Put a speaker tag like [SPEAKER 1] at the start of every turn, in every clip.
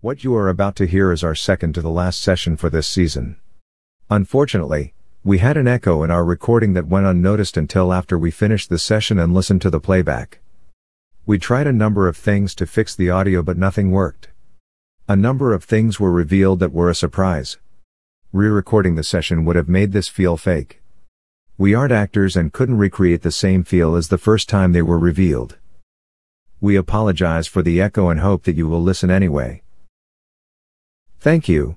[SPEAKER 1] What you are about to hear is our second to the last session for this season. Unfortunately, we had an echo in our recording that went unnoticed until after we finished the session and listened to the playback. We tried a number of things to fix the audio, but nothing worked. A number of things were revealed that were a surprise. Re recording the session would have made this feel fake. We aren't actors and couldn't recreate the same feel as the first time they were revealed. We apologize for the echo and hope that you will listen anyway. Thank you.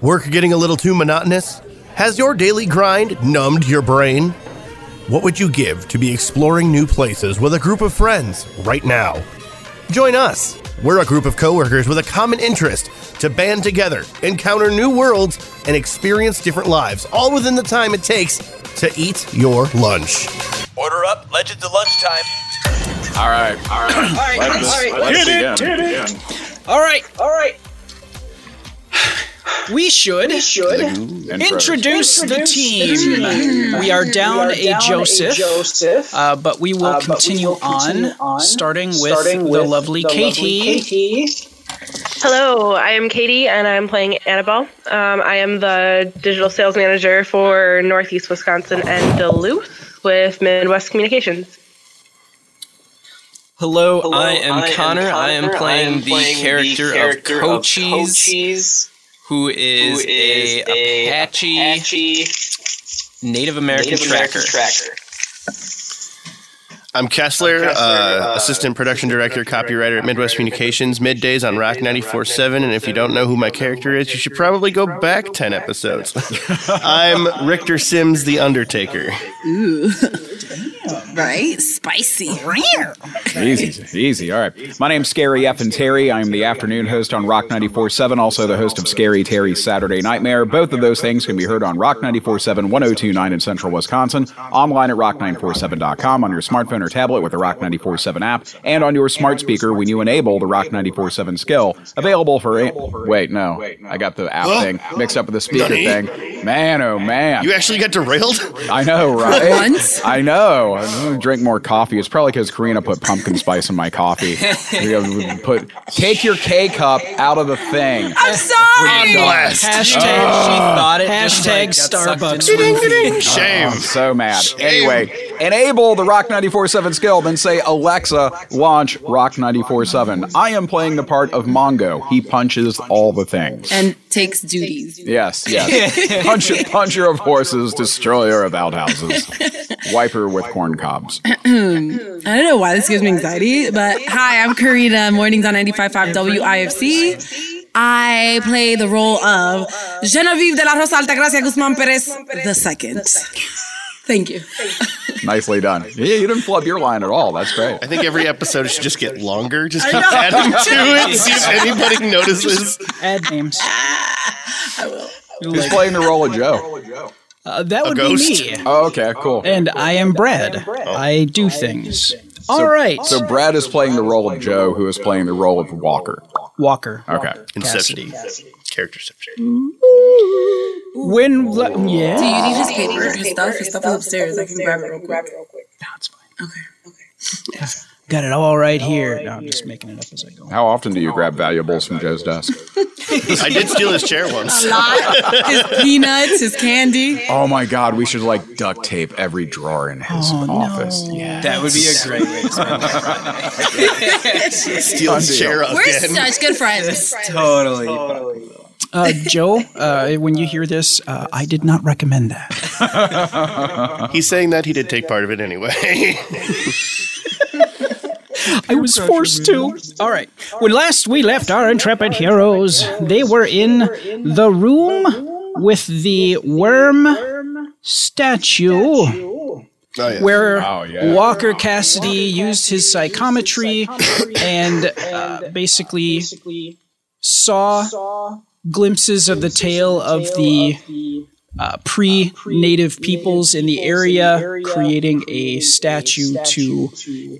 [SPEAKER 2] Work getting a little too monotonous? Has your daily grind numbed your brain? What would you give to be exploring new places with a group of friends right now? Join us. We're a group of coworkers with a common interest to band together, encounter new worlds, and experience different lives, all within the time it takes to eat your lunch.
[SPEAKER 3] Order up, Legends of Lunchtime.
[SPEAKER 4] All right, all right.
[SPEAKER 5] All right,
[SPEAKER 4] Let us-
[SPEAKER 5] all right,
[SPEAKER 4] let us begin.
[SPEAKER 5] all right, all right. We should,
[SPEAKER 4] Begin. Intros.
[SPEAKER 5] introduce, the
[SPEAKER 6] Introduce
[SPEAKER 5] team.
[SPEAKER 6] the team.
[SPEAKER 5] We are down,
[SPEAKER 6] We are down
[SPEAKER 5] a,
[SPEAKER 6] a
[SPEAKER 5] Joseph,
[SPEAKER 6] Joseph,
[SPEAKER 5] uh, but we will
[SPEAKER 6] uh, but we
[SPEAKER 5] continue,
[SPEAKER 6] will continue
[SPEAKER 5] on,
[SPEAKER 6] on,
[SPEAKER 5] starting with,
[SPEAKER 6] starting
[SPEAKER 5] the lovely Katie.
[SPEAKER 6] Katie.
[SPEAKER 7] Hello, I am Katie, and I'm playing Annabelle. Um, I am the digital sales manager for Northeast Wisconsin and Duluth with Midwest Communications.
[SPEAKER 8] Hello,
[SPEAKER 9] Hello,
[SPEAKER 8] I, am, Connor. I am playing, the character, of Cochise,
[SPEAKER 9] Cochise,
[SPEAKER 8] who is,
[SPEAKER 9] who is
[SPEAKER 8] a,
[SPEAKER 9] a
[SPEAKER 8] Apache,
[SPEAKER 9] Apache
[SPEAKER 8] Native American
[SPEAKER 9] Native
[SPEAKER 8] tracker.
[SPEAKER 9] American tracker.
[SPEAKER 2] I'm Kessler,
[SPEAKER 9] Kessler,
[SPEAKER 2] uh,
[SPEAKER 9] uh,
[SPEAKER 2] assistant production director, copywriter at Midwest Communications, middays on Rock 94.7. And if you don't know who my character is, you should probably go back 10 episodes. I'm Richter Sims, the Undertaker.
[SPEAKER 10] Ooh. right? Spicy.
[SPEAKER 4] Easy, easy. All right. My name's Scary F. and Terry. I'm the afternoon host on Rock 94.7, also the host of Scary Terry's Saturday Nightmare. Both of those things can be heard on Rock 94.7, 1029 in central Wisconsin, online at rock947.com, on your smartphone or tablet with the Rock 94.7 app, and on your smart speaker when you enable the Rock 94.7 skill. Available for. Wait, no. I got the app thing mixed up with the speaker
[SPEAKER 2] Nani?
[SPEAKER 4] thing. Man, oh man.
[SPEAKER 2] You actually got derailed?
[SPEAKER 4] I know, right?
[SPEAKER 10] once?
[SPEAKER 4] I know. I know. Drink more coffee. It's probably because Karina put pumpkin spice in my coffee. We have- we put take your K cup out of the thing.
[SPEAKER 10] I'm sorry.
[SPEAKER 2] Blast.
[SPEAKER 5] Hashtag,
[SPEAKER 8] she thought it just,
[SPEAKER 5] Ah. hashtag
[SPEAKER 8] like, got
[SPEAKER 5] Starbucks.
[SPEAKER 8] sucked into the-
[SPEAKER 2] Shame.
[SPEAKER 4] I'm so mad. Anyway, enable the Rock 94.7 skill, then say, Alexa, launch Rock 94.7. I am playing the part of Mongo. He punches all the things.
[SPEAKER 10] And takes duties.
[SPEAKER 4] Yes, yes. Punch, puncher of horses, destroyer of outhouses, wiper with corn cobs.
[SPEAKER 10] I don't know why this gives me anxiety, but hi, I'm Karina, mornings on 95.5 WIFC. I play the role of Genevieve de la Rosa Altagracia Guzman Perez the second. Thank you.
[SPEAKER 4] Nicely done. Yeah, you didn't flub your line at all. That's great.
[SPEAKER 2] I think every episode should just get longer. Just keep adding to it, see if anybody notices.
[SPEAKER 5] Add names.
[SPEAKER 4] Who's playing the role of Joe?
[SPEAKER 5] Uh, that would be
[SPEAKER 2] ghost.
[SPEAKER 5] me.
[SPEAKER 4] Oh, okay, cool.
[SPEAKER 5] And I am Brad. Oh. I do things. All right,
[SPEAKER 4] So Brad is playing the role of Joe, who is playing the role of Walker.
[SPEAKER 5] Walker.
[SPEAKER 4] Okay.
[SPEAKER 2] Inception. Character inception.
[SPEAKER 5] When le- yeah.
[SPEAKER 10] Do you need his paper or stuff? His stuff is upstairs. I can grab it real quick.
[SPEAKER 5] That's fine. Okay. Got it all right here. No, I'm just making it up as I go.
[SPEAKER 4] How often do you grab valuables from Joe's desk?
[SPEAKER 2] I did steal his chair once.
[SPEAKER 10] His peanuts, his candy.
[SPEAKER 4] Oh my God, we should like duct tape every drawer in his
[SPEAKER 8] Oh,
[SPEAKER 4] office. Yeah.
[SPEAKER 8] That would be a great way to spend it.
[SPEAKER 2] Steal his chair
[SPEAKER 10] We're
[SPEAKER 2] again.
[SPEAKER 10] such good friends.
[SPEAKER 8] Totally.
[SPEAKER 5] Uh, Joe, uh, when you hear this, uh, I did not recommend that.
[SPEAKER 2] He's saying that he did take part of it anyway.
[SPEAKER 5] I was forced to. All right. When last we left our intrepid heroes, they were in the room with the worm statue
[SPEAKER 2] Oh, yeah.
[SPEAKER 5] where
[SPEAKER 4] Oh, yeah.
[SPEAKER 5] Walker Cassidy used his psychometry and uh, basically saw glimpses of the tale of the uh, pre-native peoples in the area, creating a statue to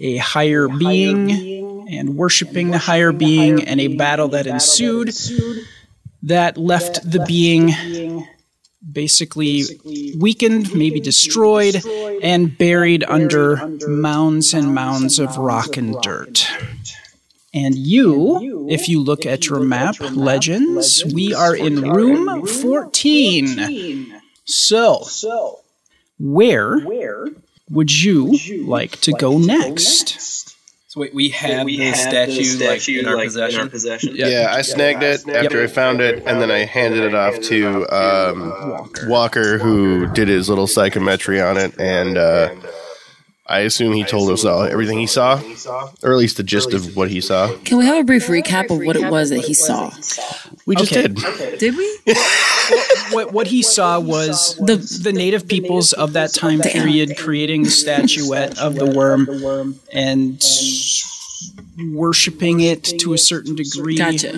[SPEAKER 5] a higher being and worshiping the higher being, and a battle that ensued that left the being basically weakened, maybe destroyed, and buried under mounds and mounds of rock and dirt. And you, if you look at your map, Legends, we are in room 14. So, where would you like to go next?
[SPEAKER 8] So wait, we had
[SPEAKER 11] we
[SPEAKER 8] the
[SPEAKER 11] had the
[SPEAKER 8] statue,
[SPEAKER 11] statue,
[SPEAKER 8] like, in our
[SPEAKER 11] like, in
[SPEAKER 8] possession.
[SPEAKER 11] our possession.
[SPEAKER 5] Yeah.
[SPEAKER 2] Yeah, I snagged it after I found it, and then I handed it off to um, Walker, who did his little psychometry on it, and uh, I assume he told us all everything he saw, or at least the gist of what he saw.
[SPEAKER 10] Can we have a brief recap of what it was that he saw?
[SPEAKER 2] We just
[SPEAKER 5] Okay.
[SPEAKER 2] did.
[SPEAKER 10] Did we?
[SPEAKER 5] What, what he saw was
[SPEAKER 10] The-
[SPEAKER 5] the, the native peoples of that time period creating the statuette of the worm and worshiping it to a certain degree.
[SPEAKER 10] Gotcha.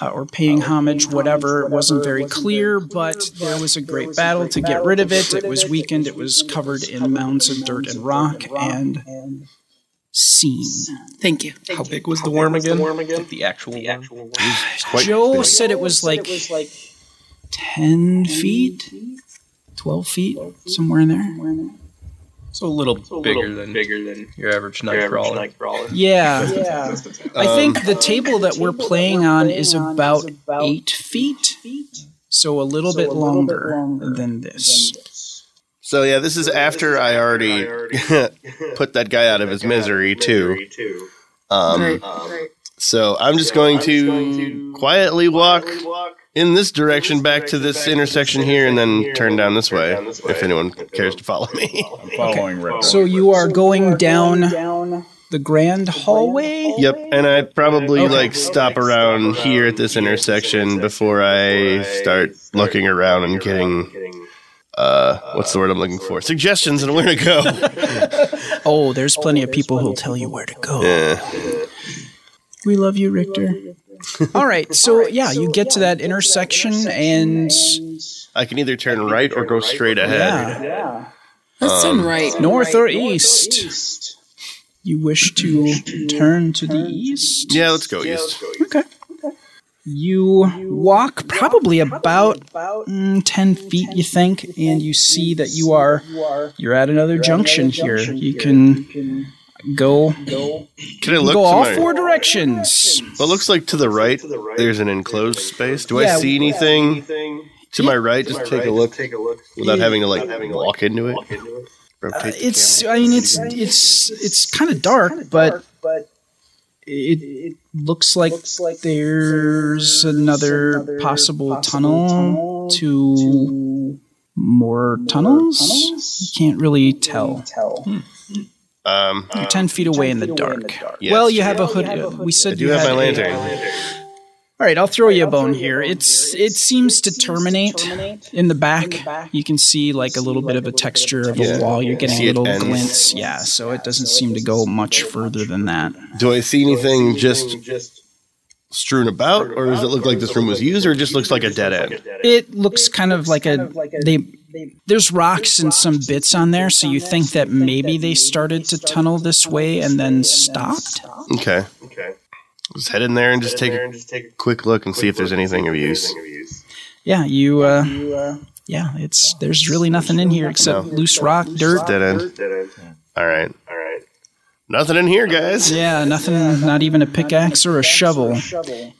[SPEAKER 5] uh, or paying homage, whatever, it wasn't very clear, but there was a great battle to get rid of it. It was weakened, it was covered in mounds and dirt and rock, and seen.
[SPEAKER 10] Thank you.
[SPEAKER 8] How big was the worm again?
[SPEAKER 11] again?
[SPEAKER 8] Like the actual worm.
[SPEAKER 2] Quite
[SPEAKER 5] Joe
[SPEAKER 2] big.
[SPEAKER 5] said it was like 10 feet, 12 feet, somewhere in there.
[SPEAKER 8] So a little bigger than
[SPEAKER 11] bigger than
[SPEAKER 8] your average
[SPEAKER 11] your
[SPEAKER 8] night
[SPEAKER 11] average
[SPEAKER 8] crawler.
[SPEAKER 11] nightcrawler.
[SPEAKER 5] Yeah. I think the table that we're playing on is about 8 feet, so a little bit longer than this.
[SPEAKER 2] So yeah, this is after I already put that guy out of his misery too.
[SPEAKER 11] Two.
[SPEAKER 2] Um, so I'm just going to quietly walk in this direction back to this intersection here, and then turn down this way if anyone cares to follow me.
[SPEAKER 4] Following Rip.
[SPEAKER 5] So you are going down the grand hallway?
[SPEAKER 2] Yep, and I probably like stop around here at this intersection before I start looking around and getting uh what's the word I'm looking for? Suggestions on where to go.
[SPEAKER 5] Oh, there's plenty of people who'll tell you where to go.
[SPEAKER 2] Yeah.
[SPEAKER 5] We love you, Richter. All right, so yeah, you get to that intersection and
[SPEAKER 2] I can either turn right or go straight ahead.
[SPEAKER 5] yeah,
[SPEAKER 10] Let's
[SPEAKER 2] Um,
[SPEAKER 10] turn right.
[SPEAKER 5] north or east. You wish to turn to the east?
[SPEAKER 2] Yeah, let's go east.
[SPEAKER 5] Okay. You walk probably about mm, 10 feet, you think, and you see that you are you're at another junction here. You can go
[SPEAKER 2] Can I look
[SPEAKER 5] go
[SPEAKER 2] to
[SPEAKER 5] all
[SPEAKER 2] my-
[SPEAKER 5] four directions.
[SPEAKER 2] Well, it looks like to the right there's an enclosed space. Do
[SPEAKER 5] Yeah.
[SPEAKER 2] I see anything to my right? Just take a look without having to like walk into it. Rotate the
[SPEAKER 5] It's I mean it's it's it's kind of dark, but it, it looks like there's another possible tunnel to more tunnels. You can't really tell.
[SPEAKER 2] camera. um
[SPEAKER 5] You're ten feet away in the dark.
[SPEAKER 2] Yes.
[SPEAKER 5] Uh, Well, you have a hood. We said
[SPEAKER 2] I do
[SPEAKER 5] you
[SPEAKER 2] have my
[SPEAKER 5] had a-
[SPEAKER 2] lantern.
[SPEAKER 5] All right, I'll throw you a bone here. It's it seems to terminate in the back. You can see like a little bit of a texture of a
[SPEAKER 2] texture.
[SPEAKER 5] wall. You're
[SPEAKER 2] See
[SPEAKER 5] getting
[SPEAKER 2] it
[SPEAKER 5] little
[SPEAKER 2] ends.
[SPEAKER 5] glints. Yeah, so it doesn't seem to go much further than that.
[SPEAKER 2] Do I see anything just strewn about, Oh, or does it look like this room was used, or it just looks like a dead end?
[SPEAKER 5] It looks kind of like a they there's rocks and some bits on there, so you think that maybe they started to tunnel this way and then stopped.
[SPEAKER 2] Okay.
[SPEAKER 11] Okay.
[SPEAKER 2] Let's head in there and just take
[SPEAKER 11] There
[SPEAKER 2] a
[SPEAKER 11] and just take a
[SPEAKER 2] quick look and see if there's anything of use.
[SPEAKER 11] of use.
[SPEAKER 5] Yeah, you uh yeah, it's there's really nothing in here except loose rock, dirt.
[SPEAKER 2] Dead end.
[SPEAKER 11] Dead end.
[SPEAKER 2] All right.
[SPEAKER 11] All right.
[SPEAKER 2] Nothing in here, guys.
[SPEAKER 5] Yeah, nothing, not even a pickaxe or a shovel.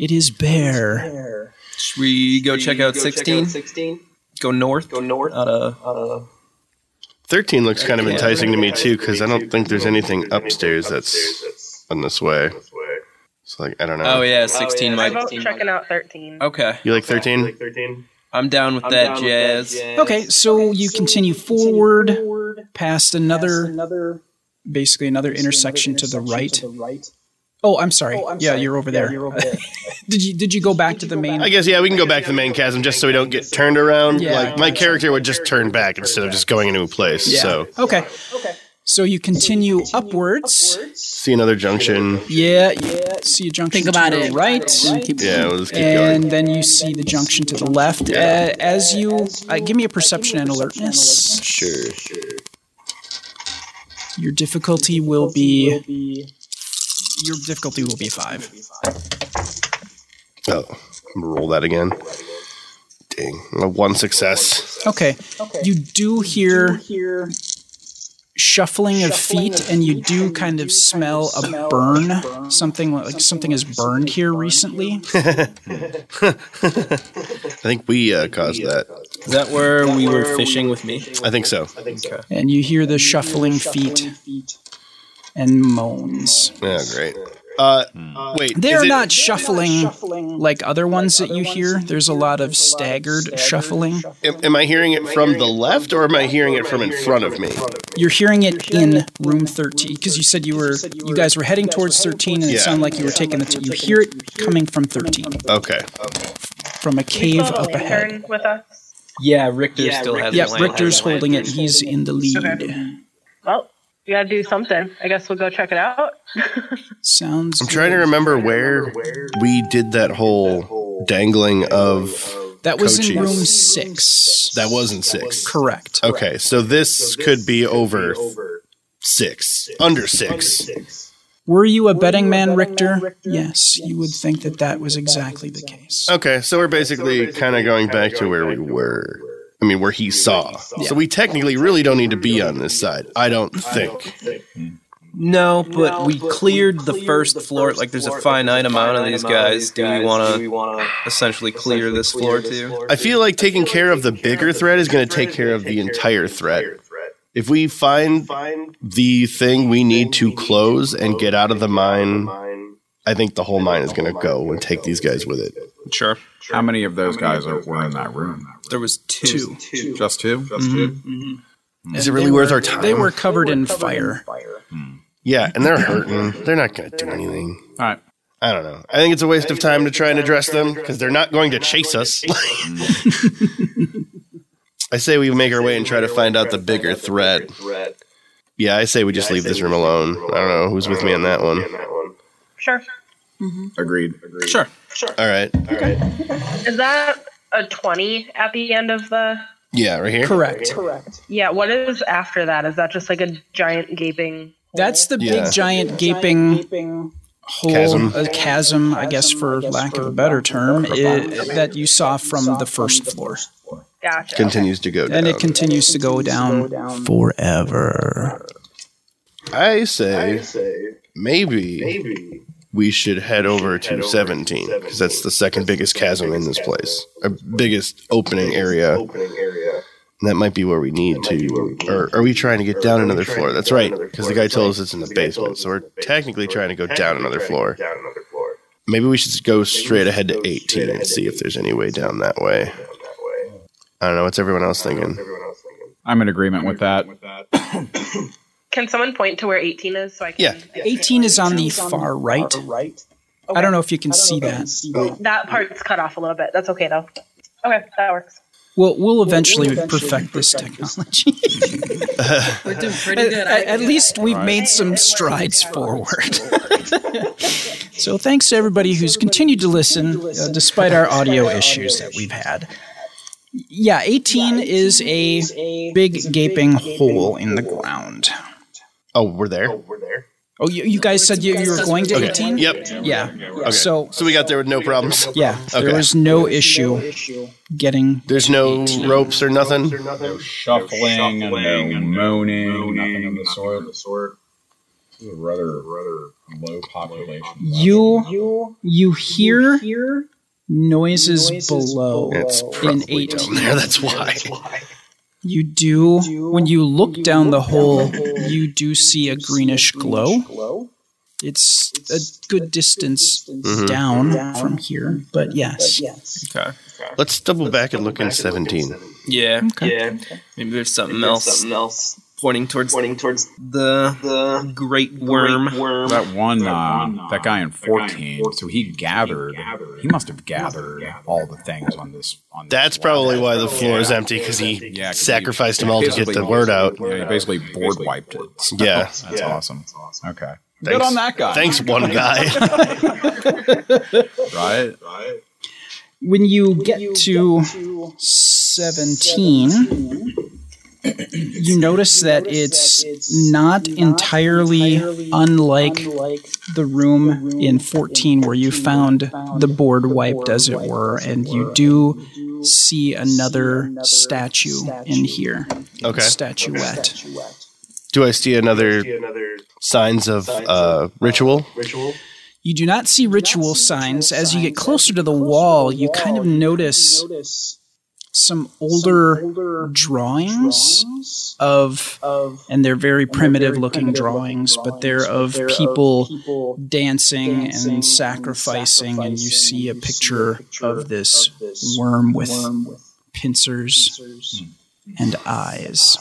[SPEAKER 5] It is bare.
[SPEAKER 8] Should we go check out 16?
[SPEAKER 11] Sixteen.
[SPEAKER 8] Go north?
[SPEAKER 11] Go north.
[SPEAKER 8] Out of
[SPEAKER 11] Uh,
[SPEAKER 2] 13 looks kind of enticing to me, too, because I don't think there's anything upstairs that's
[SPEAKER 11] that's
[SPEAKER 2] on this way.
[SPEAKER 11] this way.
[SPEAKER 2] So, like, I don't
[SPEAKER 8] Oh
[SPEAKER 2] know.
[SPEAKER 8] yeah, 16
[SPEAKER 11] yeah.
[SPEAKER 7] I
[SPEAKER 11] Like-
[SPEAKER 8] might.
[SPEAKER 11] About-
[SPEAKER 7] vote checking out 13.
[SPEAKER 8] Okay.
[SPEAKER 2] You like 13?
[SPEAKER 11] Like thirteen.
[SPEAKER 8] I'm down with
[SPEAKER 11] I'm
[SPEAKER 8] that
[SPEAKER 11] down with that
[SPEAKER 8] jazz.
[SPEAKER 5] Okay, so you continue forward past another, basically another intersection to the right. Oh, I'm sorry. Yeah, you're over there. Did you did you go back to the main?
[SPEAKER 2] I guess, yeah, we can go back to the main chasm just so we don't get turned around.
[SPEAKER 5] Yeah.
[SPEAKER 2] Like, my character would just turn back instead of just going into a place. So,
[SPEAKER 5] Okay. So you continue upwards.
[SPEAKER 2] see another junction.
[SPEAKER 5] Yeah, you see a junction
[SPEAKER 10] Think about
[SPEAKER 5] to your
[SPEAKER 10] it.
[SPEAKER 5] right.
[SPEAKER 2] Yeah, we'll just keep going.
[SPEAKER 5] And then you see the junction to the left. Uh, as you uh, give me a perception and alertness.
[SPEAKER 2] Sure.
[SPEAKER 5] Your difficulty will be. Your difficulty will be five.
[SPEAKER 2] Oh, roll that again. Dang, a one success.
[SPEAKER 5] Okay. You do hear shuffling of feet, and you do kind of smell a burn. Something like something has burned here recently.
[SPEAKER 2] I think we uh, caused that.
[SPEAKER 8] Is that where we were fishing with me?
[SPEAKER 2] I think so.
[SPEAKER 5] and you hear the shuffling feet and moans.
[SPEAKER 2] Yeah, great. Uh, wait, is
[SPEAKER 5] They're
[SPEAKER 2] it-
[SPEAKER 5] not shuffling like other ones that you hear. There's a lot of staggered shuffling.
[SPEAKER 2] Am, am I hearing it from the left or am I hearing it from in front of me?
[SPEAKER 5] You're hearing it in room 13 because you said you were you guys were heading towards 13 and it
[SPEAKER 2] Yeah.
[SPEAKER 5] sounded like you were taking the t- you hear it coming from 13
[SPEAKER 2] Okay.
[SPEAKER 5] from a cave
[SPEAKER 7] Hold a
[SPEAKER 5] up ahead.
[SPEAKER 7] lantern with us.
[SPEAKER 8] Yeah, Richter still has.
[SPEAKER 5] Yeah,
[SPEAKER 8] the lamp.
[SPEAKER 5] Richter's holding it. He's in the lead.
[SPEAKER 7] Well, we gotta do something. I guess we'll go check it out.
[SPEAKER 5] Sounds
[SPEAKER 2] I'm trying to remember where we did that whole dangling of.
[SPEAKER 5] that was in
[SPEAKER 2] Cochise.
[SPEAKER 5] room six.
[SPEAKER 2] That wasn't six.
[SPEAKER 5] correct.
[SPEAKER 2] Okay, so this could be over six, under six.
[SPEAKER 5] Were you a betting man, Richter? Yes, you would think that that was exactly the case.
[SPEAKER 2] Okay, so we're basically kind of going back to where we were. I mean, where he saw. So we technically really don't need to be on this side. I don't think.
[SPEAKER 8] No, but we cleared the first floor. Like, there's a finite amount of these guys. Do we want to essentially clear this floor too?
[SPEAKER 2] I feel like taking care of the bigger threat is going to take care of the entire threat. If we find the thing we need to close and get out of the mine, I think the whole mine is going to go and take these guys with it.
[SPEAKER 8] Sure.
[SPEAKER 4] How many of those guys are, were in that room?
[SPEAKER 8] There was two.
[SPEAKER 4] Just two? Mm-hmm.
[SPEAKER 2] Is it really worth our time?
[SPEAKER 5] They were covered in fire.
[SPEAKER 2] yeah, and they're hurting. They're not going to do anything.
[SPEAKER 4] All right.
[SPEAKER 2] I don't know. I think it's a waste of time to try and address them because they're not going to chase us. I say we make our way and try to find out the bigger threat. Yeah, I say we just leave this room alone. I don't know who's with me on that one.
[SPEAKER 7] Sure.
[SPEAKER 4] Agreed.
[SPEAKER 8] Sure.
[SPEAKER 2] All right.
[SPEAKER 7] Is that a 20 at the end of the.
[SPEAKER 2] Yeah, right here.
[SPEAKER 5] Correct.
[SPEAKER 7] Yeah, what is after that? Is that just like a giant gaping.
[SPEAKER 5] That's the
[SPEAKER 2] Yeah.
[SPEAKER 5] big giant gaping hole,
[SPEAKER 2] Chasm.
[SPEAKER 5] a chasm, I guess, for lack of a better term, i- that you saw from the first floor,
[SPEAKER 7] Gotcha.
[SPEAKER 2] Continues to go down.
[SPEAKER 5] and it continues to go down forever.
[SPEAKER 2] I say maybe we should head over to 17 because that's the second biggest chasm in this place, or biggest opening area. And that might be where we need to. Or are we trying to get down another floor? That's right, because the guy told us it's in the basement, so we're technically trying to go down another floor. Maybe we should go straight ahead to 18 and see if there's any way down that way. I don't know. What's everyone else thinking?
[SPEAKER 4] I'm in agreement with that.
[SPEAKER 7] Can someone point to where 18 is so I can.
[SPEAKER 2] Yeah.
[SPEAKER 5] 18 is on the far right. I don't know if you can see that.
[SPEAKER 7] That part's cut off a little bit. That's okay though. Okay, that works.
[SPEAKER 5] We'll, we'll eventually perfect this technology.
[SPEAKER 10] We're doing pretty good.
[SPEAKER 5] at, at least we've made some strides forward. so thanks to everybody who's continued to listen uh, despite our audio issues that we've had. Yeah, 18 is a big gaping hole in the ground.
[SPEAKER 2] Oh, we're there.
[SPEAKER 5] Oh, you, you guys said you, you were going to 18?
[SPEAKER 2] Yep.
[SPEAKER 5] Yeah. So,
[SPEAKER 2] So we got there with no problems.
[SPEAKER 5] yeah, there
[SPEAKER 2] Okay.
[SPEAKER 5] was no issue getting.
[SPEAKER 2] There's no ropes or nothing.
[SPEAKER 4] Shuffling, no moaning, nothing of the sort. rather, rather low population.
[SPEAKER 5] You, you hear noises below
[SPEAKER 2] It's
[SPEAKER 5] in
[SPEAKER 2] probably
[SPEAKER 5] 18.
[SPEAKER 2] down there. That's why.
[SPEAKER 5] You do. When you look down the hole, you do see a greenish glow. It's a good distance down from here, but yes.
[SPEAKER 8] Okay.
[SPEAKER 2] Let's double back and look in 17.
[SPEAKER 8] Yeah.
[SPEAKER 11] Yeah,
[SPEAKER 8] Maybe there's something else
[SPEAKER 11] something else
[SPEAKER 8] pointing towards
[SPEAKER 11] pointing towards
[SPEAKER 8] the
[SPEAKER 11] the
[SPEAKER 8] great worm.
[SPEAKER 11] worm.
[SPEAKER 4] That one, uh, that guy in 14, so he gathered, he must have gathered all the things on this. On this
[SPEAKER 2] That's
[SPEAKER 4] wall.
[SPEAKER 2] probably why the floor is empty because he
[SPEAKER 4] Yeah, 'cause he-
[SPEAKER 2] sacrificed them all to get
[SPEAKER 4] basically-
[SPEAKER 2] the word out.
[SPEAKER 4] Yeah, he basically board wiped it.
[SPEAKER 2] Yeah.
[SPEAKER 4] That's awesome. Okay.
[SPEAKER 2] Thanks.
[SPEAKER 4] Good on that guy.
[SPEAKER 2] Thanks, one guy.
[SPEAKER 4] Right?
[SPEAKER 5] When you get to 17, you notice that it's not entirely unlike the room in 14 where you found the board wiped, as it were, and you do see another statue in here.
[SPEAKER 2] Okay.
[SPEAKER 5] Statuette.
[SPEAKER 2] Do I see another signs of uh, ritual?
[SPEAKER 5] You do not see ritual signs. As you get closer to the wall, you kind of notice some older drawings of, and they're very primitive looking drawings, but they're of people dancing and sacrificing, and you see a picture of this worm with pincers and eyes.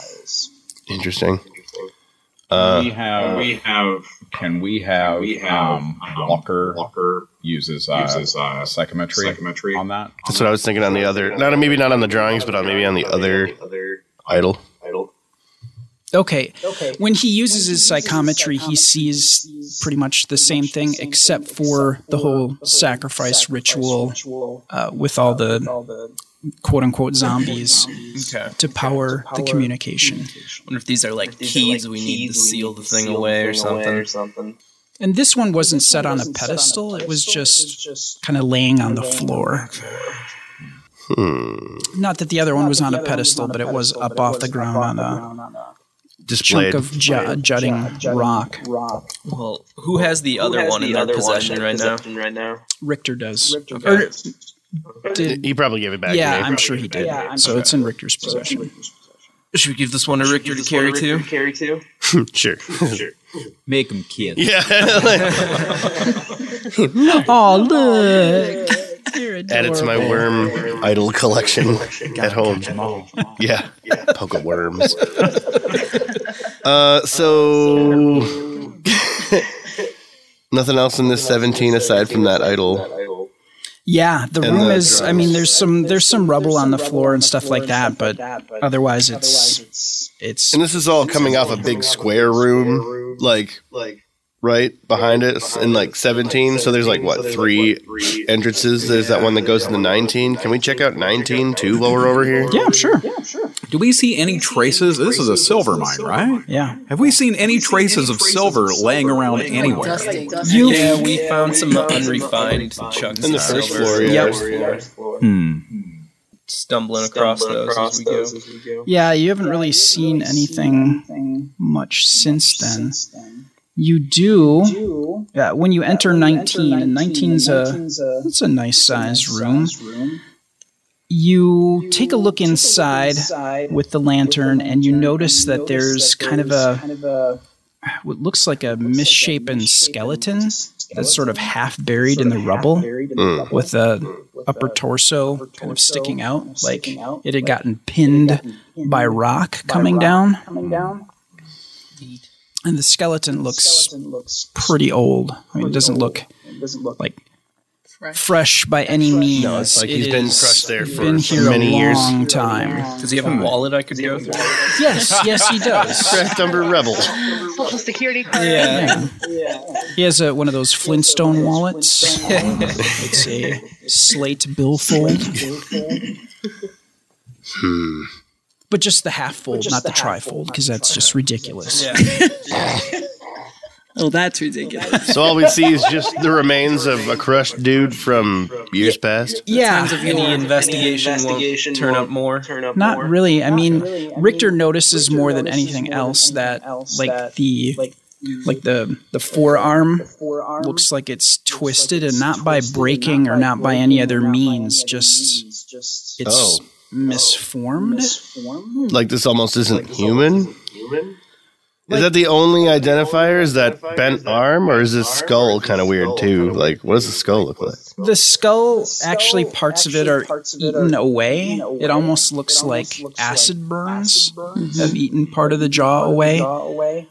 [SPEAKER 5] Uh,
[SPEAKER 2] Interesting.
[SPEAKER 4] Hmm.
[SPEAKER 2] Uh,
[SPEAKER 4] we have. We have. Can we have? We have. Um, Walker, uses uh, psychometry, on that.
[SPEAKER 2] That's what I was thinking on the other. Not maybe not on the drawings, but on maybe on the other idol.
[SPEAKER 5] Okay. When he uses his psychometry, he sees pretty much the same thing, except for the whole sacrifice ritual uh, with all the quote unquote zombies
[SPEAKER 8] Okay.
[SPEAKER 5] to power the communication.
[SPEAKER 8] wonder if these are like keys we need to seal the thing away or something.
[SPEAKER 5] And this one wasn't set on a pedestal, it was just kind of laying on the floor.
[SPEAKER 2] Hmm.
[SPEAKER 5] Not that the other one was on a pedestal, but it was up off the ground on a
[SPEAKER 2] Displayed.
[SPEAKER 5] chunk of ju- jutting rock.
[SPEAKER 8] Well, who has the other one in their possession right now?
[SPEAKER 5] Richter does. Or did
[SPEAKER 2] he probably gave it back.
[SPEAKER 5] yeah,
[SPEAKER 2] to me.
[SPEAKER 5] I'm sure he did. so it's in Richter's possession.
[SPEAKER 8] Should we give this one to Richter to carry too?
[SPEAKER 2] Hmm, sure.
[SPEAKER 11] Make them kids.
[SPEAKER 2] yeah.
[SPEAKER 5] Oh, look.
[SPEAKER 2] Add it to my worm idol collection at home. Yeah. Poke of worms. uh, so nothing else in this 17 aside from that idol.
[SPEAKER 5] Yeah, the
[SPEAKER 2] And
[SPEAKER 5] room
[SPEAKER 2] the
[SPEAKER 5] is I mean there's some there's some rubble on the floor and stuff like that, but otherwise it's it's
[SPEAKER 2] And this is all coming off a big square room, like right behind us in like 17. So there's like what three entrances? There's that one that goes into 19. Can we check out 19 too while we're over here?
[SPEAKER 5] yeah, sure.
[SPEAKER 4] Do we see any traces? This is a silver mine, right?
[SPEAKER 5] Yeah.
[SPEAKER 4] Have we seen any traces of silver laying around anywhere?
[SPEAKER 5] You
[SPEAKER 8] Yeah, we found some unrefined chunks
[SPEAKER 2] In the
[SPEAKER 8] of
[SPEAKER 2] first
[SPEAKER 8] silver.
[SPEAKER 2] floor, yeah.
[SPEAKER 5] Yep.
[SPEAKER 4] Hmm.
[SPEAKER 8] Stumbling across those as we go.
[SPEAKER 5] Yeah, you haven't really seen anything much since then. You do. Yeah, when you
[SPEAKER 11] uh,
[SPEAKER 5] enter 19, and 19's a it's a nice size room. You take a look inside with the lantern, and you notice that there's kind of a what looks like a misshapen skeleton that's sort of half buried in the rubble
[SPEAKER 2] Mm.
[SPEAKER 5] with a upper torso kind of sticking out like it had gotten pinned by rock coming down and the skeleton looks pretty old i mean it doesn't look like fresh by any means no,
[SPEAKER 2] it's like he's been crushed there for
[SPEAKER 5] been here
[SPEAKER 2] many
[SPEAKER 5] a
[SPEAKER 2] years.
[SPEAKER 5] long time
[SPEAKER 8] Does he have a wallet I could go through?
[SPEAKER 5] yes yes he does
[SPEAKER 2] Cracked umber rebel.
[SPEAKER 7] Social security card.
[SPEAKER 8] Yeah.
[SPEAKER 5] he has a, one of those flintstone wallets it's a slate billfold but just the half fold not the trifold because that's just ridiculous
[SPEAKER 10] Oh, that's ridiculous.
[SPEAKER 2] So all we see is just the remains of a crushed dude from years past.
[SPEAKER 5] yeah
[SPEAKER 8] Any investigation, won't turn up more.
[SPEAKER 5] Not really. I mean, Richter notices more than anything else that, like the like, the the forearm, looks like it's twisted, and not by breaking or not by any other means, just it's
[SPEAKER 2] Oh.
[SPEAKER 5] misformed.
[SPEAKER 2] Like this almost isn't human. Is that the only identifier? Is that bent arm, or is this skull kind of weird too? Like, what does the skull look like?
[SPEAKER 5] The skull, actually, parts of it are eaten away. It almost looks like acid burns have eaten part of the jaw away.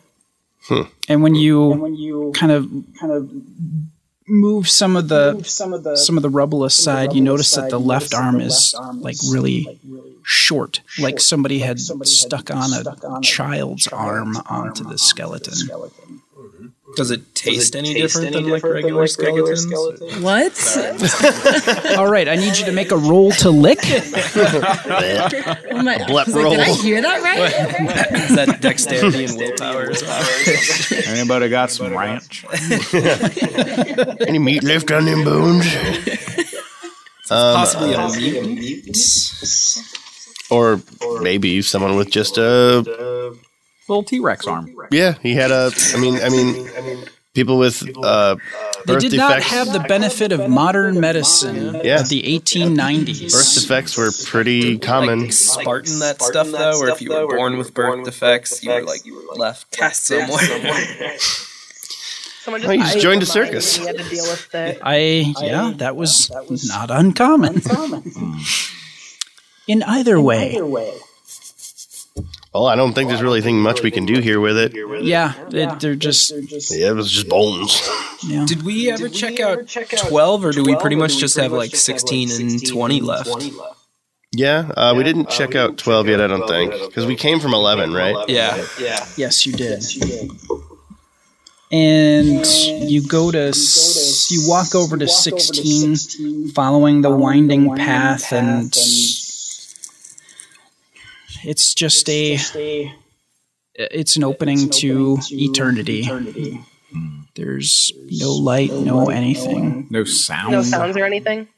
[SPEAKER 5] And when you, kind of kind of move some of the some of the rubble aside, you notice that the left arm is like really short, like somebody had stuck on a child's arm onto the skeleton.
[SPEAKER 8] Does it taste any different than like regular skeletons?
[SPEAKER 10] What?
[SPEAKER 5] All right, I need you to make a roll to lick.
[SPEAKER 10] Oh my- I
[SPEAKER 2] Blep
[SPEAKER 10] was like, did I
[SPEAKER 2] roll.
[SPEAKER 10] hear that right?
[SPEAKER 8] Is that dexterity and willpower? as well?
[SPEAKER 4] Anybody got some ranch?
[SPEAKER 2] Any meat left on them bones?
[SPEAKER 8] Possibly a mutant.
[SPEAKER 2] Or maybe someone with just a
[SPEAKER 4] Little T Rex arm.
[SPEAKER 2] Yeah, he had a. I mean, I mean, people with uh,
[SPEAKER 5] They
[SPEAKER 2] birth
[SPEAKER 5] did not
[SPEAKER 2] defects.
[SPEAKER 5] have the benefit of modern medicine
[SPEAKER 2] Yeah.
[SPEAKER 5] of the 1890s.
[SPEAKER 2] birth defects were pretty common.
[SPEAKER 8] Spartan that stuff though, or if you were born with birth defects, you were like left cast somewhere.
[SPEAKER 7] Someone
[SPEAKER 2] Oh, you just
[SPEAKER 7] lost
[SPEAKER 2] joined
[SPEAKER 7] their
[SPEAKER 2] a
[SPEAKER 7] mind
[SPEAKER 2] circus.
[SPEAKER 7] and we had to deal with it.
[SPEAKER 5] I yeah, that was not uncommon. Hmm. In either way,
[SPEAKER 2] Well, I don't think there's really anything much we can do here with it.
[SPEAKER 5] yeah, it, they're just
[SPEAKER 2] Yeah, it was just bones.
[SPEAKER 8] Did we ever check out twelve, or do we pretty much just have like sixteen and twenty left?
[SPEAKER 2] Yeah, uh, we didn't check out 12 yet, I don't think. Because we came from 11, right?
[SPEAKER 8] Yeah,
[SPEAKER 5] yes, you did. And you go to s- you walk over to 16 following the winding path and it's just a it's an opening to eternity. There's no light, no anything.
[SPEAKER 4] No sound.
[SPEAKER 7] No sounds or anything.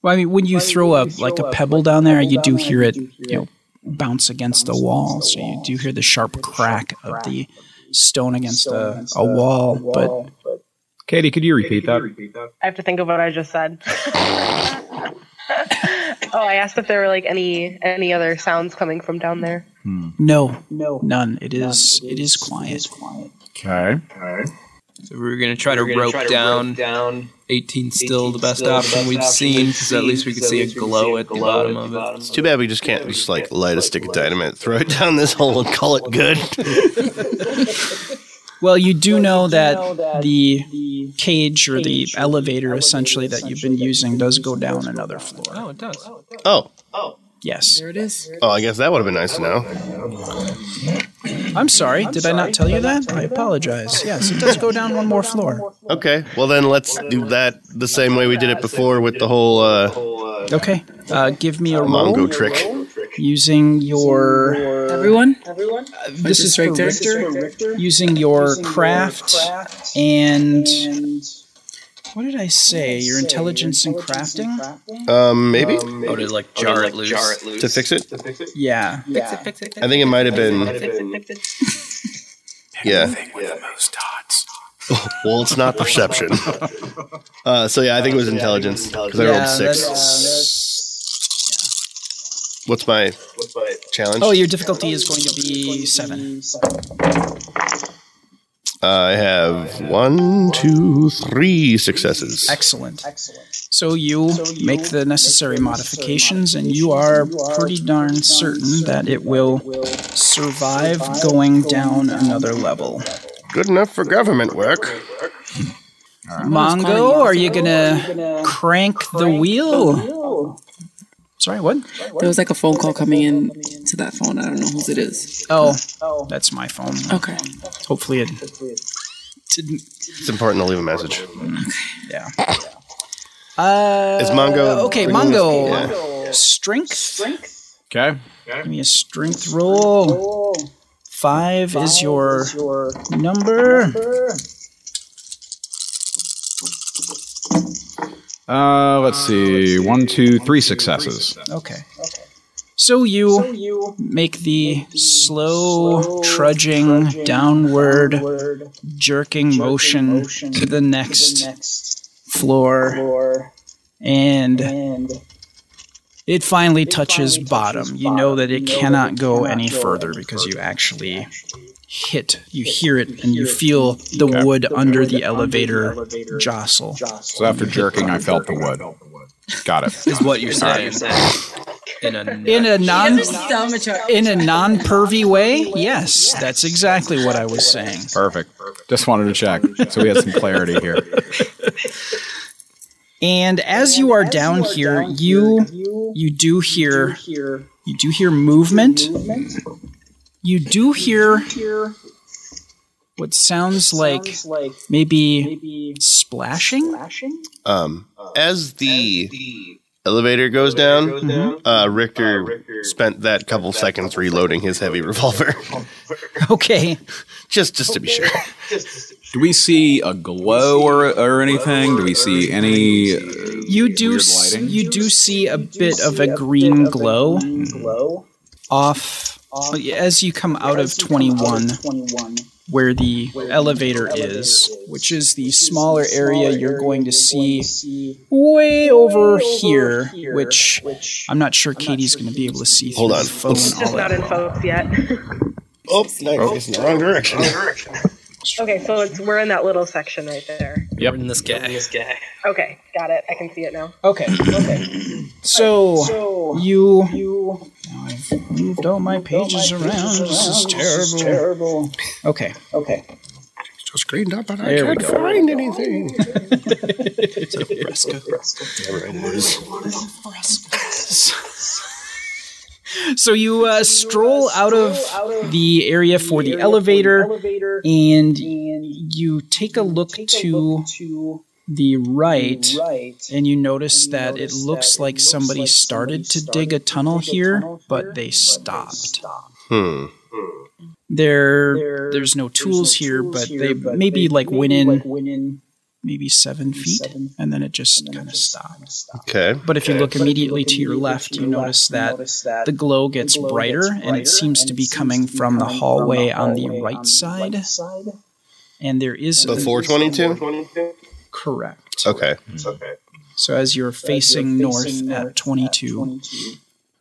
[SPEAKER 5] Well, I mean, when you throw a like a pebble down there, you do hear it, you know, bounce against the wall. So you do hear the sharp crack of the stone against a, a wall. But
[SPEAKER 4] Katie, could you repeat that?
[SPEAKER 7] I have to think of what I just said. oh, I asked if there were like any any other sounds coming from down there.
[SPEAKER 5] no, no, none. It is it is quiet.
[SPEAKER 4] Okay.
[SPEAKER 8] so we were gonna try to rope down. Eighteen still the best option we've seen, because at least we could see a glow at the bottom of it.
[SPEAKER 2] It's too bad we just can't just like light a stick of dynamite, throw it down this hole, and call it good.
[SPEAKER 5] Well, you do know that the cage or the elevator, essentially, that you've been using does go down another floor.
[SPEAKER 8] Oh, it does.
[SPEAKER 2] Oh,
[SPEAKER 5] Yes.
[SPEAKER 10] There it is.
[SPEAKER 2] oh, I guess that would have been nice to know.
[SPEAKER 5] I'm sorry. Did I not tell you that? I apologize. Yes, it does go down one more floor.
[SPEAKER 2] Okay, well then let's do that the same way we did it before with the whole uh,
[SPEAKER 5] Okay. Uh, give me a roll.
[SPEAKER 2] Mongo trick.
[SPEAKER 5] using your
[SPEAKER 10] Everyone?
[SPEAKER 5] this is
[SPEAKER 10] Richter.
[SPEAKER 5] using your craft and what did I say? Your intelligence and crafting?
[SPEAKER 2] Um, maybe
[SPEAKER 8] Oh, did it, like jar it loose?
[SPEAKER 2] to fix it.
[SPEAKER 5] Yeah.
[SPEAKER 2] I think it might have been. Yeah. Well, it's not perception. Uh, so yeah, I think it was intelligence because I
[SPEAKER 5] Yeah,
[SPEAKER 2] rolled six.
[SPEAKER 5] that's-
[SPEAKER 2] What's my challenge?
[SPEAKER 5] Oh, your difficulty is going to be seven.
[SPEAKER 2] I have one, two, three successes.
[SPEAKER 5] Excellent. So you make the necessary modifications, and you are pretty darn certain that it will survive going down another level.
[SPEAKER 2] Good enough for government work.
[SPEAKER 5] Mongo, are you gonna crank the wheel? Sorry, what?
[SPEAKER 10] There was like a phone call coming in to that phone. I don't know whose it is.
[SPEAKER 5] Oh, that's my phone.
[SPEAKER 10] Okay.
[SPEAKER 5] Hopefully it didn't.
[SPEAKER 2] It's important to leave a message.
[SPEAKER 5] Yeah. Uh,
[SPEAKER 2] Is Mongo?
[SPEAKER 5] okay,
[SPEAKER 2] bringing
[SPEAKER 5] Mongo.
[SPEAKER 2] this- yeah.
[SPEAKER 5] Strength.
[SPEAKER 4] Okay.
[SPEAKER 5] Give me a strength roll. Five, is your, number.
[SPEAKER 4] Uh, let's see. One, two, three successes.
[SPEAKER 5] Okay. So you, make the slow, trudging, downward, jerking, motion, to the next, floor, and, it finally touches bottom. you know that it cannot go any further because you actually hit, you hear it, and you feel the wood under the elevator jostle.
[SPEAKER 4] So after jerking, I felt the wood. Got it.
[SPEAKER 8] Is what you're saying. In a
[SPEAKER 5] In a non
[SPEAKER 10] So much.
[SPEAKER 5] in a non pervy way, yes, that's exactly what I was saying.
[SPEAKER 4] Perfect. Just wanted to check. So we had some clarity here.
[SPEAKER 5] And as you are down here, you you do hear you do hear movement. You do hear what sounds like maybe splashing.
[SPEAKER 2] Um, as the elevator goes down, uh, Richter spent that couple seconds reloading his heavy revolver,
[SPEAKER 5] Okay.
[SPEAKER 2] just just to be sure.
[SPEAKER 4] Do we see a glow or, or anything? Do we see any? uh,
[SPEAKER 5] You do
[SPEAKER 4] Weird
[SPEAKER 5] s-
[SPEAKER 4] lighting.
[SPEAKER 5] you do see a bit of a green glow off as you come out of 21, where the elevator is, which is the smaller area you're going to see way over here, which I'm not sure Katie's going to be able to see.
[SPEAKER 2] Hold
[SPEAKER 5] through
[SPEAKER 2] on.
[SPEAKER 5] the phone
[SPEAKER 2] Let's-
[SPEAKER 5] and
[SPEAKER 7] Just
[SPEAKER 5] all
[SPEAKER 7] not
[SPEAKER 5] that.
[SPEAKER 7] in focus yet.
[SPEAKER 2] Oh, no, it's in the wrong direction.
[SPEAKER 7] okay, so it's we're in that little section right there.
[SPEAKER 8] Yep. in this guy.
[SPEAKER 7] Okay, got it. I can see it now.
[SPEAKER 5] Okay. Okay. So you, you I've moved all my pages around. This is terrible. Okay. Okay.
[SPEAKER 2] Just cleaned up and
[SPEAKER 5] I There we can't go.
[SPEAKER 2] find anything.
[SPEAKER 5] So you uh, stroll out of the area for the elevator, and you take a look to the right, and you notice that it looks like somebody started to dig a tunnel here, but they stopped.
[SPEAKER 2] Hmm.
[SPEAKER 5] There, there's no tools here, but they maybe like went in maybe seven feet, and then it just kind of stopped.
[SPEAKER 2] Okay.
[SPEAKER 5] But if you look immediately to your left, you notice that the glow gets brighter and it seems to be coming from the hallway on the right side. And there is a-
[SPEAKER 2] Before 22?
[SPEAKER 5] correct.
[SPEAKER 2] Okay.
[SPEAKER 5] So as you're facing north at 22,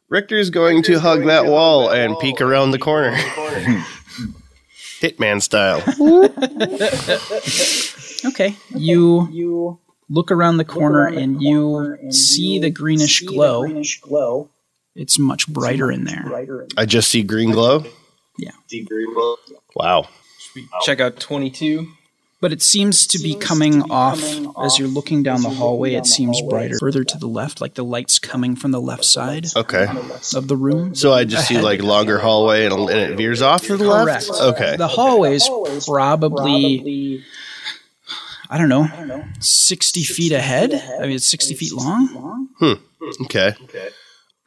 [SPEAKER 2] Richter's going to hug that wall and peek around the corner. Hitman style.
[SPEAKER 5] okay, you look around the corner and you see the greenish glow. It's much brighter in there.
[SPEAKER 2] I just see green glow.
[SPEAKER 5] Yeah.
[SPEAKER 2] Wow.
[SPEAKER 8] Check out 22.
[SPEAKER 5] But it seems to be coming off as you're looking down the hallway. It seems brighter further to the left, like the light's coming from the left side
[SPEAKER 2] Okay.
[SPEAKER 5] of the room.
[SPEAKER 2] So I just see like longer hallway and, and it veers off to the left.
[SPEAKER 5] Correct.
[SPEAKER 2] Okay.
[SPEAKER 5] The hallway's probably, I don't know, 60 feet ahead. I mean, it's 60 feet long.
[SPEAKER 2] Okay.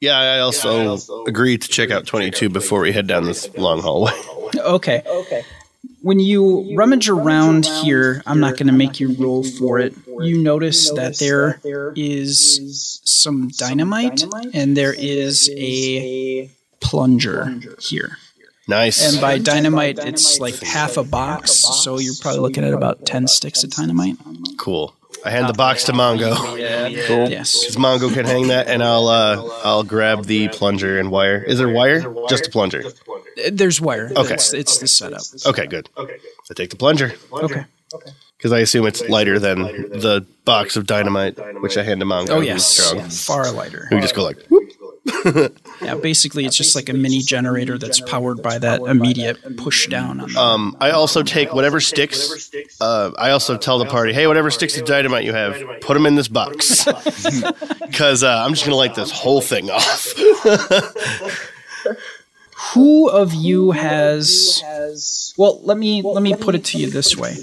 [SPEAKER 2] Yeah, I also agreed to check out 22 before we head down this long hallway.
[SPEAKER 5] Okay. Okay. When you rummage around here, I'm not going to make you roll for it. You notice that there is some dynamite and there is a plunger here.
[SPEAKER 2] Nice.
[SPEAKER 5] And by dynamite, it's like half a box, so you're probably looking at about 10 sticks of dynamite.
[SPEAKER 2] Cool. I hand the box to Mongo.
[SPEAKER 8] Cool.
[SPEAKER 5] Yes.
[SPEAKER 2] Because Mongo can hang that, and I'll uh, I'll grab the plunger and wire. Is there wire? Just a plunger.
[SPEAKER 5] There's wire.
[SPEAKER 2] Okay.
[SPEAKER 5] It's, it's the setup.
[SPEAKER 2] Okay, good. I take the plunger
[SPEAKER 5] Okay.
[SPEAKER 2] because I assume it's lighter than the box of dynamite, which I hand to Mongo.
[SPEAKER 5] Oh,
[SPEAKER 2] who's
[SPEAKER 5] yes.
[SPEAKER 2] strong.
[SPEAKER 5] Far lighter.
[SPEAKER 2] We just go like, whoop.
[SPEAKER 5] Yeah, basically, it's just like a mini generator that's powered by that immediate push down Uh, on the
[SPEAKER 2] um, I also take whatever sticks. Uh, I also tell the party, hey, whatever sticks of dynamite you have, put them in this box, because uh, I'm just gonna light this whole thing off.
[SPEAKER 5] who of you has well let me let me put it to you this way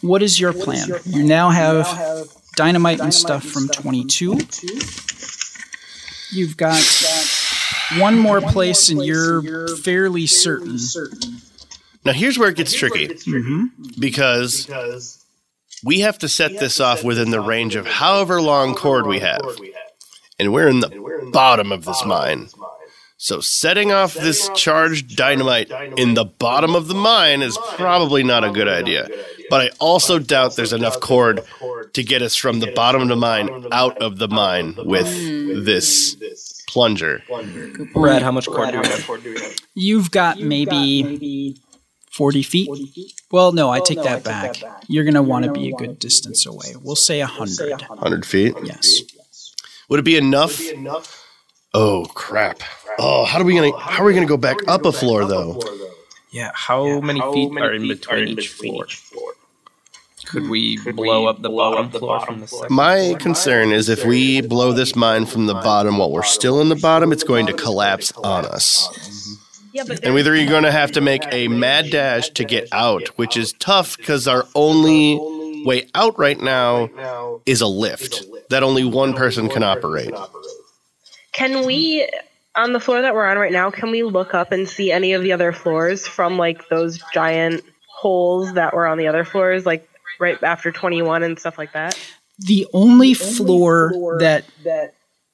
[SPEAKER 5] what is your plan you now have dynamite and stuff from 22 you've got one more place and you're fairly certain
[SPEAKER 2] Now here's where it gets tricky,
[SPEAKER 5] Mm-hmm.
[SPEAKER 2] because we have to set this off within the range of however long cord we have, and we're in the bottom of this mine. So setting off this charged dynamite in the bottom of the mine is probably not a good idea. But I also doubt there's enough cord to get us from the bottom of the mine out of the mine with this plunger.
[SPEAKER 8] Brad, how much cord do we have?
[SPEAKER 5] you've got maybe 40 feet well no i take that back you're going to want to be a good distance away we'll say 100
[SPEAKER 2] 100 feet.
[SPEAKER 5] yes
[SPEAKER 2] Would it be enough? Oh crap! Oh, how do we gonna how are we gonna go back up a floor though?
[SPEAKER 8] Yeah, how many feet are in between, each, floor? Could we blow up the bottom floor from the second?
[SPEAKER 2] My concern is if we blow this mine from the bottom while we're still in the bottom, it's going to collapse on us.
[SPEAKER 7] Yeah, but
[SPEAKER 2] And either you're going to have to make a mad dash to get out, which is tough because our only way out right now is a lift that only one person can operate.
[SPEAKER 7] Can we, on the floor that we're on right now, can we look up and see any of the other floors from like those giant holes that were on the other floors, like right after 21 and stuff like that?
[SPEAKER 5] the only floor that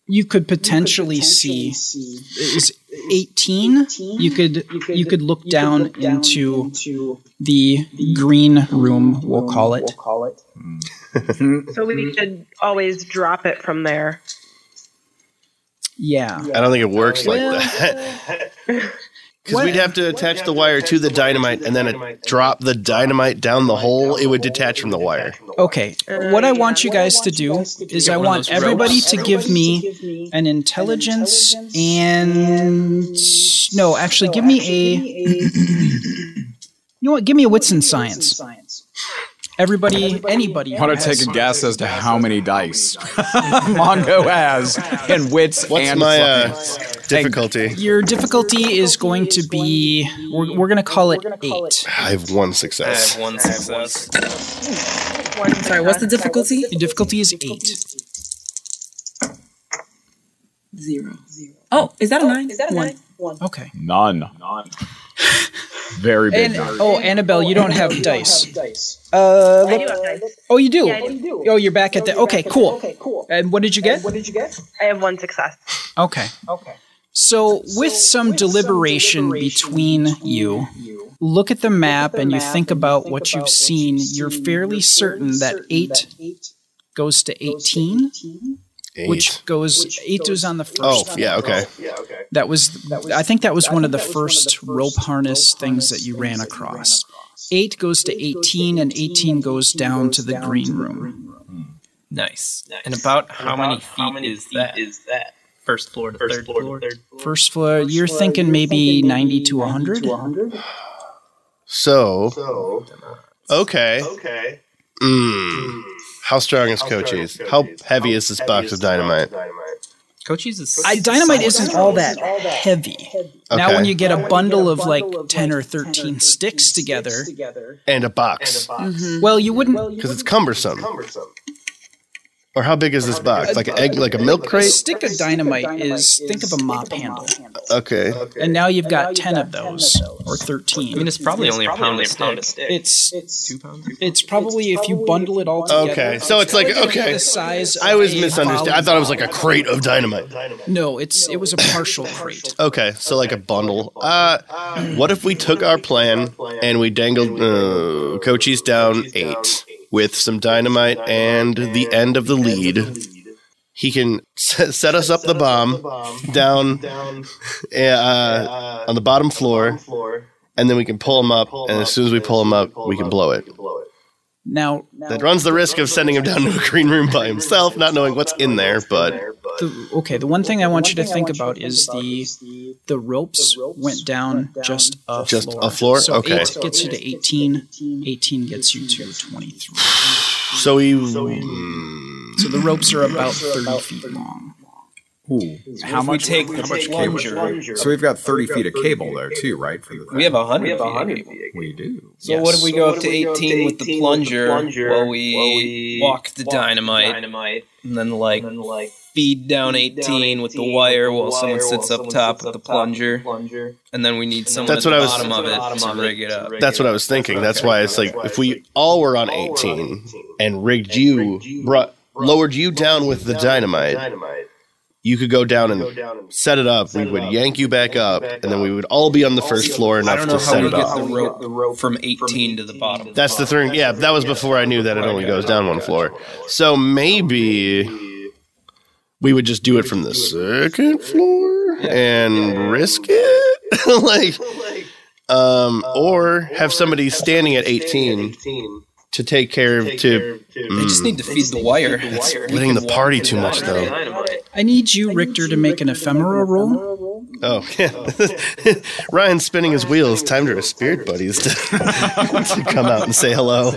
[SPEAKER 5] you could potentially see is 18, you could you could look down into the green room. We'll call it.
[SPEAKER 7] So we should always drop it from there.
[SPEAKER 5] Yeah.
[SPEAKER 2] I don't think it works like
[SPEAKER 7] Well-
[SPEAKER 2] that. Because we'd have to attach the wire to the dynamite and then it drop the dynamite down the hole. It would detach from the wire.
[SPEAKER 5] Okay. Uh, What I want you guys to do is I
[SPEAKER 2] Get one of
[SPEAKER 5] want
[SPEAKER 2] those
[SPEAKER 5] everybody
[SPEAKER 2] ropes.
[SPEAKER 5] to give me an intelligence and no, actually give me a You know what? Give me a wits and science. Everybody anybody
[SPEAKER 4] want to
[SPEAKER 5] who
[SPEAKER 4] take
[SPEAKER 5] has
[SPEAKER 4] a guess as to how many dice Mongo has in wits
[SPEAKER 2] What's
[SPEAKER 4] and
[SPEAKER 2] my uh,
[SPEAKER 4] science.
[SPEAKER 2] difficulty?
[SPEAKER 5] your difficulty is going to be we're, we're going to call it 8.
[SPEAKER 2] I have one success.
[SPEAKER 8] one success.
[SPEAKER 10] Sorry, what's the difficulty?
[SPEAKER 5] The difficulty is 8.
[SPEAKER 10] Zero. Oh, is that a nine? Is that a nine?
[SPEAKER 5] Okay.
[SPEAKER 4] None. Very big
[SPEAKER 5] And,
[SPEAKER 4] number.
[SPEAKER 5] oh, Annabelle, you don't have dice. Uh,
[SPEAKER 7] I do
[SPEAKER 5] let-
[SPEAKER 7] have dice.
[SPEAKER 5] oh, you do.
[SPEAKER 7] Yeah, I do.
[SPEAKER 5] Oh, you're back at the. Okay, cool. Okay, cool. And what did you get?
[SPEAKER 7] I have one success.
[SPEAKER 5] Okay. Okay. So, with some deliberation between you, look at the map and you think about what you've seen. You're fairly certain that 8 goes to 18,
[SPEAKER 2] Eight.
[SPEAKER 5] which goes 8 was on the first.
[SPEAKER 2] Oh, yeah, okay.
[SPEAKER 5] That was, I think that was one of the first rope harness things that you ran across. Eight goes to 18, and 18 goes down to the green room.
[SPEAKER 8] Nice. And about how many feet, is, that? First floor to third floor.
[SPEAKER 5] First floor, you're thinking maybe 90 to 100?
[SPEAKER 2] So, okay. Okay. Mm. How strong is Cochise? How heavy is this box of dynamite?
[SPEAKER 8] Cochise is.
[SPEAKER 5] I, dynamite isn't all that heavy. Now,
[SPEAKER 2] Okay.
[SPEAKER 5] when you get a bundle of like 10 or 13 sticks together,
[SPEAKER 2] And a box.
[SPEAKER 5] well, you wouldn't.
[SPEAKER 2] Because it's cumbersome. Or how big is this box? Like an egg, like a milk
[SPEAKER 5] A
[SPEAKER 2] crate?
[SPEAKER 5] stick of dynamite is, think of a mop handle.
[SPEAKER 2] Okay.
[SPEAKER 5] And now you've got 10 of those,
[SPEAKER 8] I
[SPEAKER 5] or
[SPEAKER 8] mean,
[SPEAKER 5] 13.
[SPEAKER 8] it's probably only a pound, of, stick.
[SPEAKER 5] It's
[SPEAKER 8] Two pounds.
[SPEAKER 5] it's probably if you bundle it all together.
[SPEAKER 2] Okay. So it's like okay.
[SPEAKER 5] the size. Of
[SPEAKER 2] I was
[SPEAKER 5] a
[SPEAKER 2] misunderstanding. I
[SPEAKER 5] volley-
[SPEAKER 2] thought it was like a crate of dynamite.
[SPEAKER 5] no, it's it was a partial crate.
[SPEAKER 2] Okay, so like a bundle. Uh, what if we took our plan and we dangled uh, Cochise down eight with some dynamite and the end of the lead? He can s- set us up the bomb down uh, on the bottom floor, and then we can pull him up. And as soon as we pull him up, we can blow it.
[SPEAKER 5] Now,
[SPEAKER 2] That runs the risk of sending him down to a green room by himself, not knowing what's in there. But
[SPEAKER 5] the, okay, the one thing I want you to think about is the the ropes went down just a
[SPEAKER 2] Just a
[SPEAKER 5] floor.
[SPEAKER 2] floor?
[SPEAKER 5] So
[SPEAKER 2] Okay.
[SPEAKER 5] eight gets you to 18. 18 gets you to 23.
[SPEAKER 2] so mm, we
[SPEAKER 5] So the ropes are about 30 feet long.
[SPEAKER 4] How much?
[SPEAKER 11] take
[SPEAKER 4] how
[SPEAKER 11] the
[SPEAKER 4] much cable? So we've got thirty feet of cable there too, right? For the
[SPEAKER 8] We have a hundred. feet.
[SPEAKER 4] We do.
[SPEAKER 8] So what if we go up to eighteen with the plunger, while we walk the dynamite, and then like, feed down eighteen with the wire while someone sits up top with the plunger, and then we need someone
[SPEAKER 2] That's
[SPEAKER 8] at
[SPEAKER 2] what
[SPEAKER 8] the
[SPEAKER 2] I was-
[SPEAKER 8] bottom of it to rig it up.
[SPEAKER 2] That's what I was thinking. That's why it's like if we all were on 18 and rigged you, brought, lowered you down with the dynamite, you could go down and set it up. We would yank you back up, and then we would all be on the first floor
[SPEAKER 8] I
[SPEAKER 2] enough
[SPEAKER 8] don't know
[SPEAKER 2] to
[SPEAKER 8] how
[SPEAKER 2] set
[SPEAKER 8] we
[SPEAKER 2] it
[SPEAKER 8] get
[SPEAKER 2] up.
[SPEAKER 8] the rope, from eighteen to the bottom.
[SPEAKER 2] That's the thing. Yeah, that was before I knew that it only goes down one floor. So maybe we would just do it from the second floor and risk it, like, um, or have somebody standing at 18 to take care of to
[SPEAKER 8] They just need to feed the wire. That's-
[SPEAKER 2] letting the party too much though.
[SPEAKER 5] I need you, Richter, to make an ephemera roll.
[SPEAKER 2] Oh, yeah. Ryan's spinning his wheels. Time to his spirit buddies to, to come out and say hello.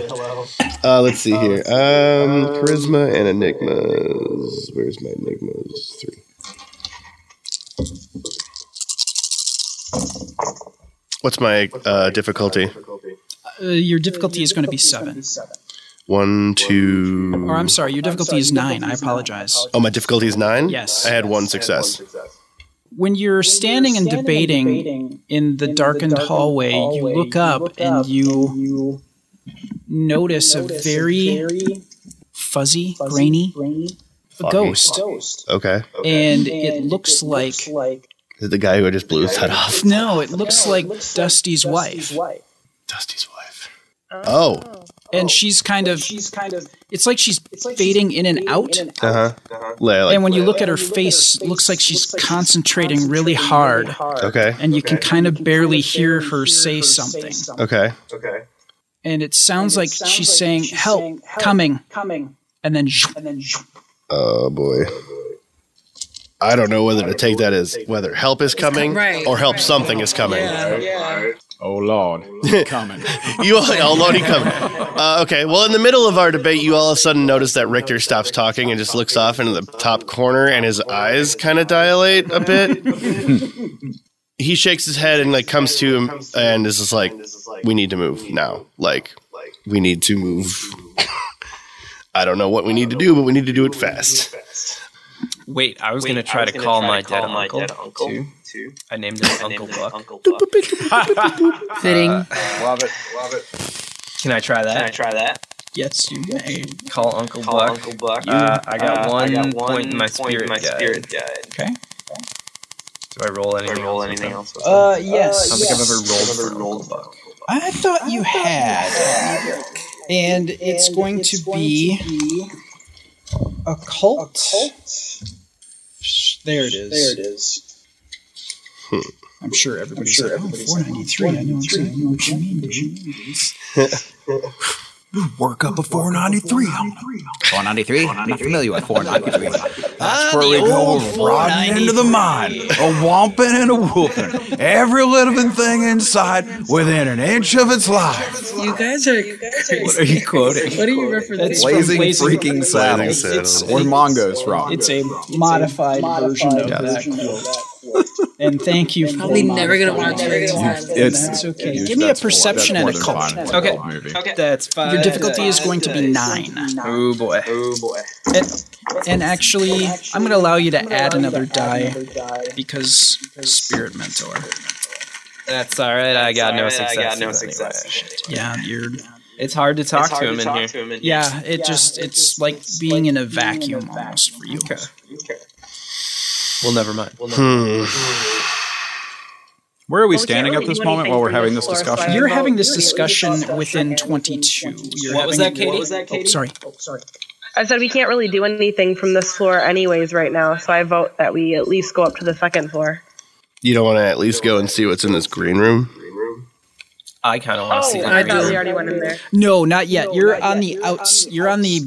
[SPEAKER 2] Uh, let's see here. Um, charisma and enigmas. Where's my enigmas? Three. What's my uh, difficulty?
[SPEAKER 5] Uh, your difficulty is going to be 7.
[SPEAKER 2] One, two.
[SPEAKER 5] Or I'm sorry, your difficulty is 9. I apologize.
[SPEAKER 2] Oh, my difficulty is nine.
[SPEAKER 5] Yes.
[SPEAKER 2] I had one success.
[SPEAKER 5] when you're standing and debating, in the darkened, hallway, you look up and you, notice, a very, fuzzy, grainy, ghost.
[SPEAKER 2] Okay.
[SPEAKER 5] And, it looks like
[SPEAKER 2] Is it the guy who just blew his head off?
[SPEAKER 5] No, it looks like Dusty's wife.
[SPEAKER 2] Dusty's wife. Oh.
[SPEAKER 5] And she's kind of, it's like she's fading in and out.
[SPEAKER 2] Uh huh. Like,
[SPEAKER 5] and when you look at her face, it looks like she's concentrating really hard.
[SPEAKER 2] okay.
[SPEAKER 5] And you can kind of barely hear her say something.
[SPEAKER 2] Okay.
[SPEAKER 5] And it sounds like she's saying, help, coming. And then,
[SPEAKER 2] Oh boy. I don't know whether to take that as whether help is coming
[SPEAKER 10] right,
[SPEAKER 2] or help something is coming.
[SPEAKER 4] Oh Lord, coming.
[SPEAKER 2] You all, all loading coming. Uh, okay. Well, in the middle of our debate, you all of a sudden notice that Richter stops talking and just looks off into the top corner, and his eyes kind of dilate a bit. he shakes his head and like comes to him and is just like, "We need to move now. Like, we need to move. I don't know what we need to do, but we need to do it fast."
[SPEAKER 8] Wait, I was gonna try to call my dead uncle. too. I named him Uncle Buck.
[SPEAKER 10] Uh, Fitting.
[SPEAKER 3] Love it. Love it.
[SPEAKER 8] Can I try that?
[SPEAKER 11] try that?
[SPEAKER 5] yes, you may.
[SPEAKER 8] Call Uncle Buck.
[SPEAKER 11] Buck.
[SPEAKER 8] Uh, I got one point in my
[SPEAKER 11] point
[SPEAKER 8] spirit guide.
[SPEAKER 11] guide.
[SPEAKER 5] Okay.
[SPEAKER 8] Do I roll anything?
[SPEAKER 11] Roll
[SPEAKER 8] else with
[SPEAKER 11] anything
[SPEAKER 8] them?
[SPEAKER 11] else? with
[SPEAKER 5] Uh,
[SPEAKER 8] I don't
[SPEAKER 5] yes.
[SPEAKER 8] think I've ever rolled for Uncle Buck.
[SPEAKER 5] I thought you had. And it's going to be occult. There it is. There it is. Hmm. I'm sure everybody's like, oh, 493. I know exactly what you mean. dude." Work up a 493. I'm gonna
[SPEAKER 11] 493? I'm not familiar with 493.
[SPEAKER 4] That's
[SPEAKER 5] Ah,
[SPEAKER 4] where we go rodding into the mind, a whomping and a whooping, every living thing inside within an inch of its life.
[SPEAKER 10] You guys are crazy.
[SPEAKER 4] What are you quoting?
[SPEAKER 10] What are you referencing?
[SPEAKER 5] from
[SPEAKER 4] Blazing
[SPEAKER 5] Blazing
[SPEAKER 4] freaking saddles.
[SPEAKER 2] Saddles.
[SPEAKER 4] Or Mongo's wrong.
[SPEAKER 5] It's a modified, version of that quote. and thank you for
[SPEAKER 10] Probably never gonna
[SPEAKER 5] modifying
[SPEAKER 10] watch
[SPEAKER 5] it.
[SPEAKER 10] it.
[SPEAKER 4] It's-
[SPEAKER 5] That's okay.
[SPEAKER 4] It's-
[SPEAKER 5] Give me a
[SPEAKER 4] that's four-
[SPEAKER 5] perception and a
[SPEAKER 4] that's more
[SPEAKER 5] cult.
[SPEAKER 4] than fine.
[SPEAKER 8] Okay.
[SPEAKER 4] Maybe.
[SPEAKER 8] That's five.
[SPEAKER 5] Your difficulty is going to be nine.
[SPEAKER 8] Oh boy.
[SPEAKER 5] And, and actually, I'm going to allow you to add another die because Spirit Mentor.
[SPEAKER 8] That's all right. I got no
[SPEAKER 11] That's all
[SPEAKER 8] success.
[SPEAKER 11] right, I got
[SPEAKER 5] Yeah,
[SPEAKER 11] no
[SPEAKER 5] you're.
[SPEAKER 8] It's hard to talk to him in here.
[SPEAKER 5] Yeah, it just it's like being in a vacuum almost for you.
[SPEAKER 8] Well, never mind.
[SPEAKER 4] Where are we
[SPEAKER 7] Well, we can't
[SPEAKER 4] standing at
[SPEAKER 7] really
[SPEAKER 4] this
[SPEAKER 7] do
[SPEAKER 4] moment
[SPEAKER 7] anything
[SPEAKER 4] while we're
[SPEAKER 7] from
[SPEAKER 4] having
[SPEAKER 7] this
[SPEAKER 4] this
[SPEAKER 7] floor, so
[SPEAKER 4] discussion?
[SPEAKER 7] I-
[SPEAKER 5] You're having this discussion within 22. You're
[SPEAKER 8] What was
[SPEAKER 5] having-
[SPEAKER 8] that, Katie? What was that,
[SPEAKER 5] Oh, sorry.
[SPEAKER 7] I said we can't really do anything from this floor anyways right now, so I vote that we at least go up to the second floor.
[SPEAKER 2] You don't want to at least go and see what's in this green room?
[SPEAKER 8] Oh, I kind of want to see
[SPEAKER 7] I
[SPEAKER 8] that.
[SPEAKER 7] thought we already went in there.
[SPEAKER 5] No, not yet. you're on the outs. You're on the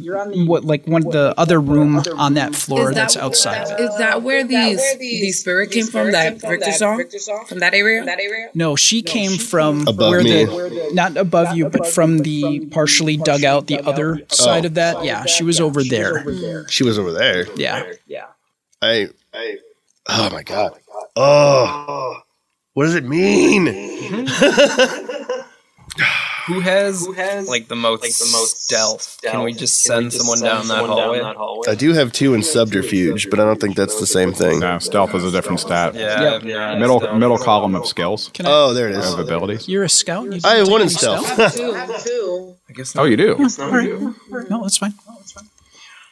[SPEAKER 5] what, like one of the other room on that floor that's outside of it.
[SPEAKER 10] Is that where these the spirit came from? That Richter song from that area? That area?
[SPEAKER 5] No, she came from
[SPEAKER 2] Above
[SPEAKER 5] where
[SPEAKER 2] me.
[SPEAKER 5] the not above you, but from the partially dug out the other side of that. Yeah, she was over there.
[SPEAKER 2] She was over there.
[SPEAKER 5] Yeah.
[SPEAKER 2] I, I, oh my god. Oh, what does it mean?
[SPEAKER 8] Who has,
[SPEAKER 11] has,
[SPEAKER 8] like the most stealth? Can we just send someone down that hallway?
[SPEAKER 2] I do have two in subterfuge, but I don't think that's the same thing.
[SPEAKER 4] No, stealth is a different stat.
[SPEAKER 8] Yeah, I have none.
[SPEAKER 4] Middle middle column of skills
[SPEAKER 5] Can I?
[SPEAKER 2] Oh, there it
[SPEAKER 4] of
[SPEAKER 2] is.
[SPEAKER 4] abilities.
[SPEAKER 5] Uh, you're a scout. You
[SPEAKER 2] I
[SPEAKER 5] can
[SPEAKER 2] have
[SPEAKER 5] take
[SPEAKER 2] one in
[SPEAKER 5] any
[SPEAKER 2] stealth.
[SPEAKER 8] I guess
[SPEAKER 4] Oh,
[SPEAKER 8] not.
[SPEAKER 4] you do.
[SPEAKER 5] All right. No, that's fine.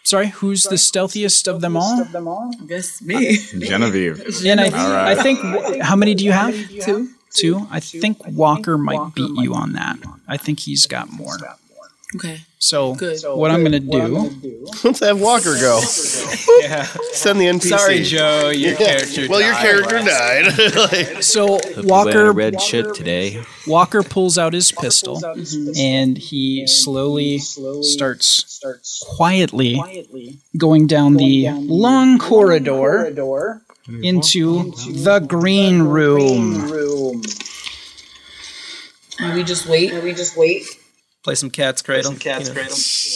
[SPEAKER 5] Sorry, who's the stealthiest of them all?
[SPEAKER 10] Yes, me.
[SPEAKER 4] Genevieve.
[SPEAKER 5] And I,
[SPEAKER 4] All right.
[SPEAKER 5] I think how many do you have? Two. Two. I think Walker might beat you on that. I think he's got more.
[SPEAKER 10] Okay.
[SPEAKER 5] So
[SPEAKER 10] Good.
[SPEAKER 5] what I'm gonna do?
[SPEAKER 2] Let's have Walker go.
[SPEAKER 8] Yeah.
[SPEAKER 2] Send the NPC.
[SPEAKER 8] Sorry, Joe. Your character.
[SPEAKER 2] Well, your
[SPEAKER 8] died.
[SPEAKER 2] character died. Like,
[SPEAKER 5] So Walker
[SPEAKER 11] red shirt today.
[SPEAKER 5] Walker pulls out his pistol Mm-hmm. and he slowly starts quietly going down the long corridor into the green room.
[SPEAKER 10] we just wait? we just wait?
[SPEAKER 8] Play some cat's cradle. you know,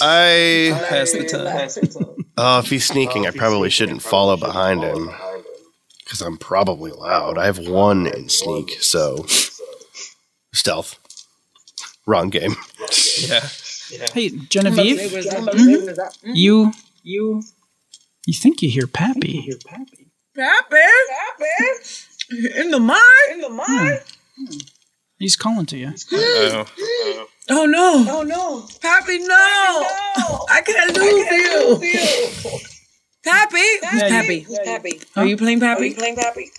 [SPEAKER 2] I.
[SPEAKER 8] Pass the time.
[SPEAKER 2] Oh, if he's sneaking, I probably shouldn't follow behind him. Because I'm probably loud. I have one in sneak, so. Stealth. Wrong game.
[SPEAKER 8] Yeah.
[SPEAKER 5] Hey, Genevieve, you mm-hmm. you you think you hear Pappy?
[SPEAKER 10] In the mine?
[SPEAKER 5] He's calling to you.
[SPEAKER 8] Oh.
[SPEAKER 10] Oh no. Oh no. Pappy, no. I can't lose you. Pappy? Who's Pappy? Are you playing Pappy? playing Pappy?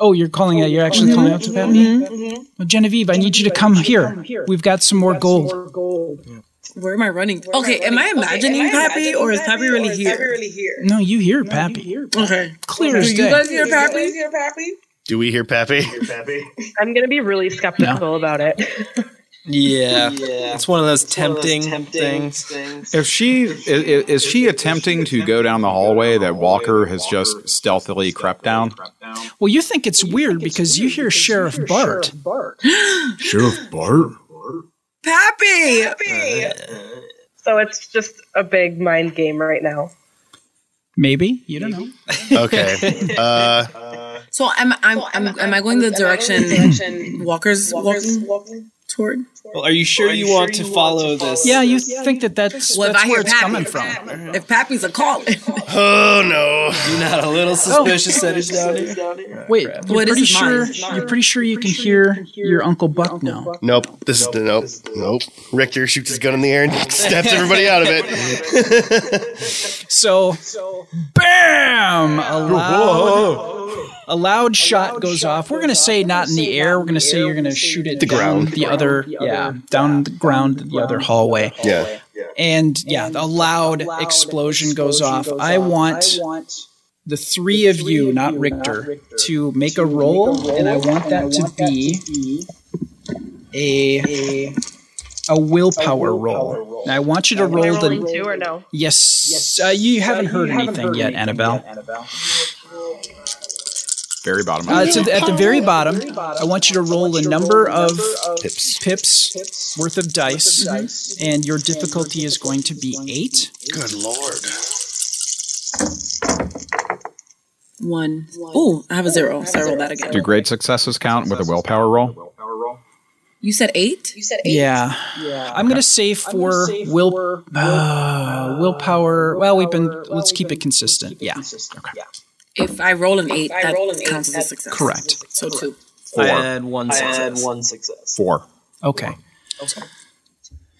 [SPEAKER 5] Oh, you're calling out. You're actually calling out to Pat. Well, Genevieve, I need you to come here. We've got some more gold.
[SPEAKER 10] Where am I running? okay, am I imagining Pappy or is Pappy really here?
[SPEAKER 5] No, you hear Pappy.
[SPEAKER 10] Okay.
[SPEAKER 5] Clear
[SPEAKER 10] Do
[SPEAKER 5] as
[SPEAKER 10] you
[SPEAKER 5] day.
[SPEAKER 10] guys hear Pappy?
[SPEAKER 2] Do we hear Pappy?
[SPEAKER 7] I'm gonna be really skeptical about it.
[SPEAKER 8] Yeah. It's one of those tempting, things.
[SPEAKER 4] If she is, is she attempting to go down the hallway that Walker has just stealthily crept down?
[SPEAKER 5] Well, you think it's weird because you hear Sheriff Bart.
[SPEAKER 4] Sheriff Bart.
[SPEAKER 10] Pappy!
[SPEAKER 7] so it's just a big mind game right now.
[SPEAKER 5] Maybe you don't know.
[SPEAKER 2] Okay. Uh,
[SPEAKER 10] So am I'm, I'm, am I going the direction Walker's walking toward?
[SPEAKER 8] Well, are you sure you, want to follow this?
[SPEAKER 5] Yeah, you think that that's,
[SPEAKER 10] Well, if
[SPEAKER 5] that's
[SPEAKER 10] I
[SPEAKER 5] where
[SPEAKER 10] hear
[SPEAKER 5] it's coming
[SPEAKER 10] Pappy,
[SPEAKER 5] from.
[SPEAKER 10] if Pappy's a call,
[SPEAKER 2] oh no!
[SPEAKER 8] You're not a little suspicious that it's down here?
[SPEAKER 5] Wait, you're
[SPEAKER 10] What is
[SPEAKER 5] pretty
[SPEAKER 10] his
[SPEAKER 5] sure
[SPEAKER 10] mind? Is
[SPEAKER 5] you're pretty sure you can hear your Uncle Buck now.
[SPEAKER 2] Nope. This is the nope. Nope. Richter shoots his gun in the air and snaps everybody out of it.
[SPEAKER 5] So, bam! A loud, a loud shot goes off. We're gonna say not in the air. We're gonna say you're gonna shoot it the
[SPEAKER 2] ground.
[SPEAKER 5] the other, yeah, down the ground, the other hallway.
[SPEAKER 2] Yeah.
[SPEAKER 5] And yeah, a loud explosion goes off. I want the three of you, not Richter, to make a roll, and I want that to be a a willpower roll. And I want you to roll
[SPEAKER 7] Rolling
[SPEAKER 5] the
[SPEAKER 7] two or no?
[SPEAKER 5] yes. Uh, you haven't heard anything yet, Annabelle.
[SPEAKER 4] Very bottom.
[SPEAKER 5] Uh, it's at, the- at the very bottom. I want you to roll the number of pips, worth of dice, and your difficulty is going to be eight.
[SPEAKER 2] Good lord.
[SPEAKER 10] one. Oh, I have a zero. So I roll that again.
[SPEAKER 4] Do grade successes count with a willpower roll?
[SPEAKER 10] You said eight.
[SPEAKER 5] Yeah. I'm going to say for will uh, willpower. Well, we've been let's keep it consistent. Yeah. Okay.
[SPEAKER 10] If I roll an eight, that counts as a success.
[SPEAKER 5] Correct.
[SPEAKER 10] So two.
[SPEAKER 4] Four.
[SPEAKER 8] I had one success.
[SPEAKER 4] Four.
[SPEAKER 5] Okay.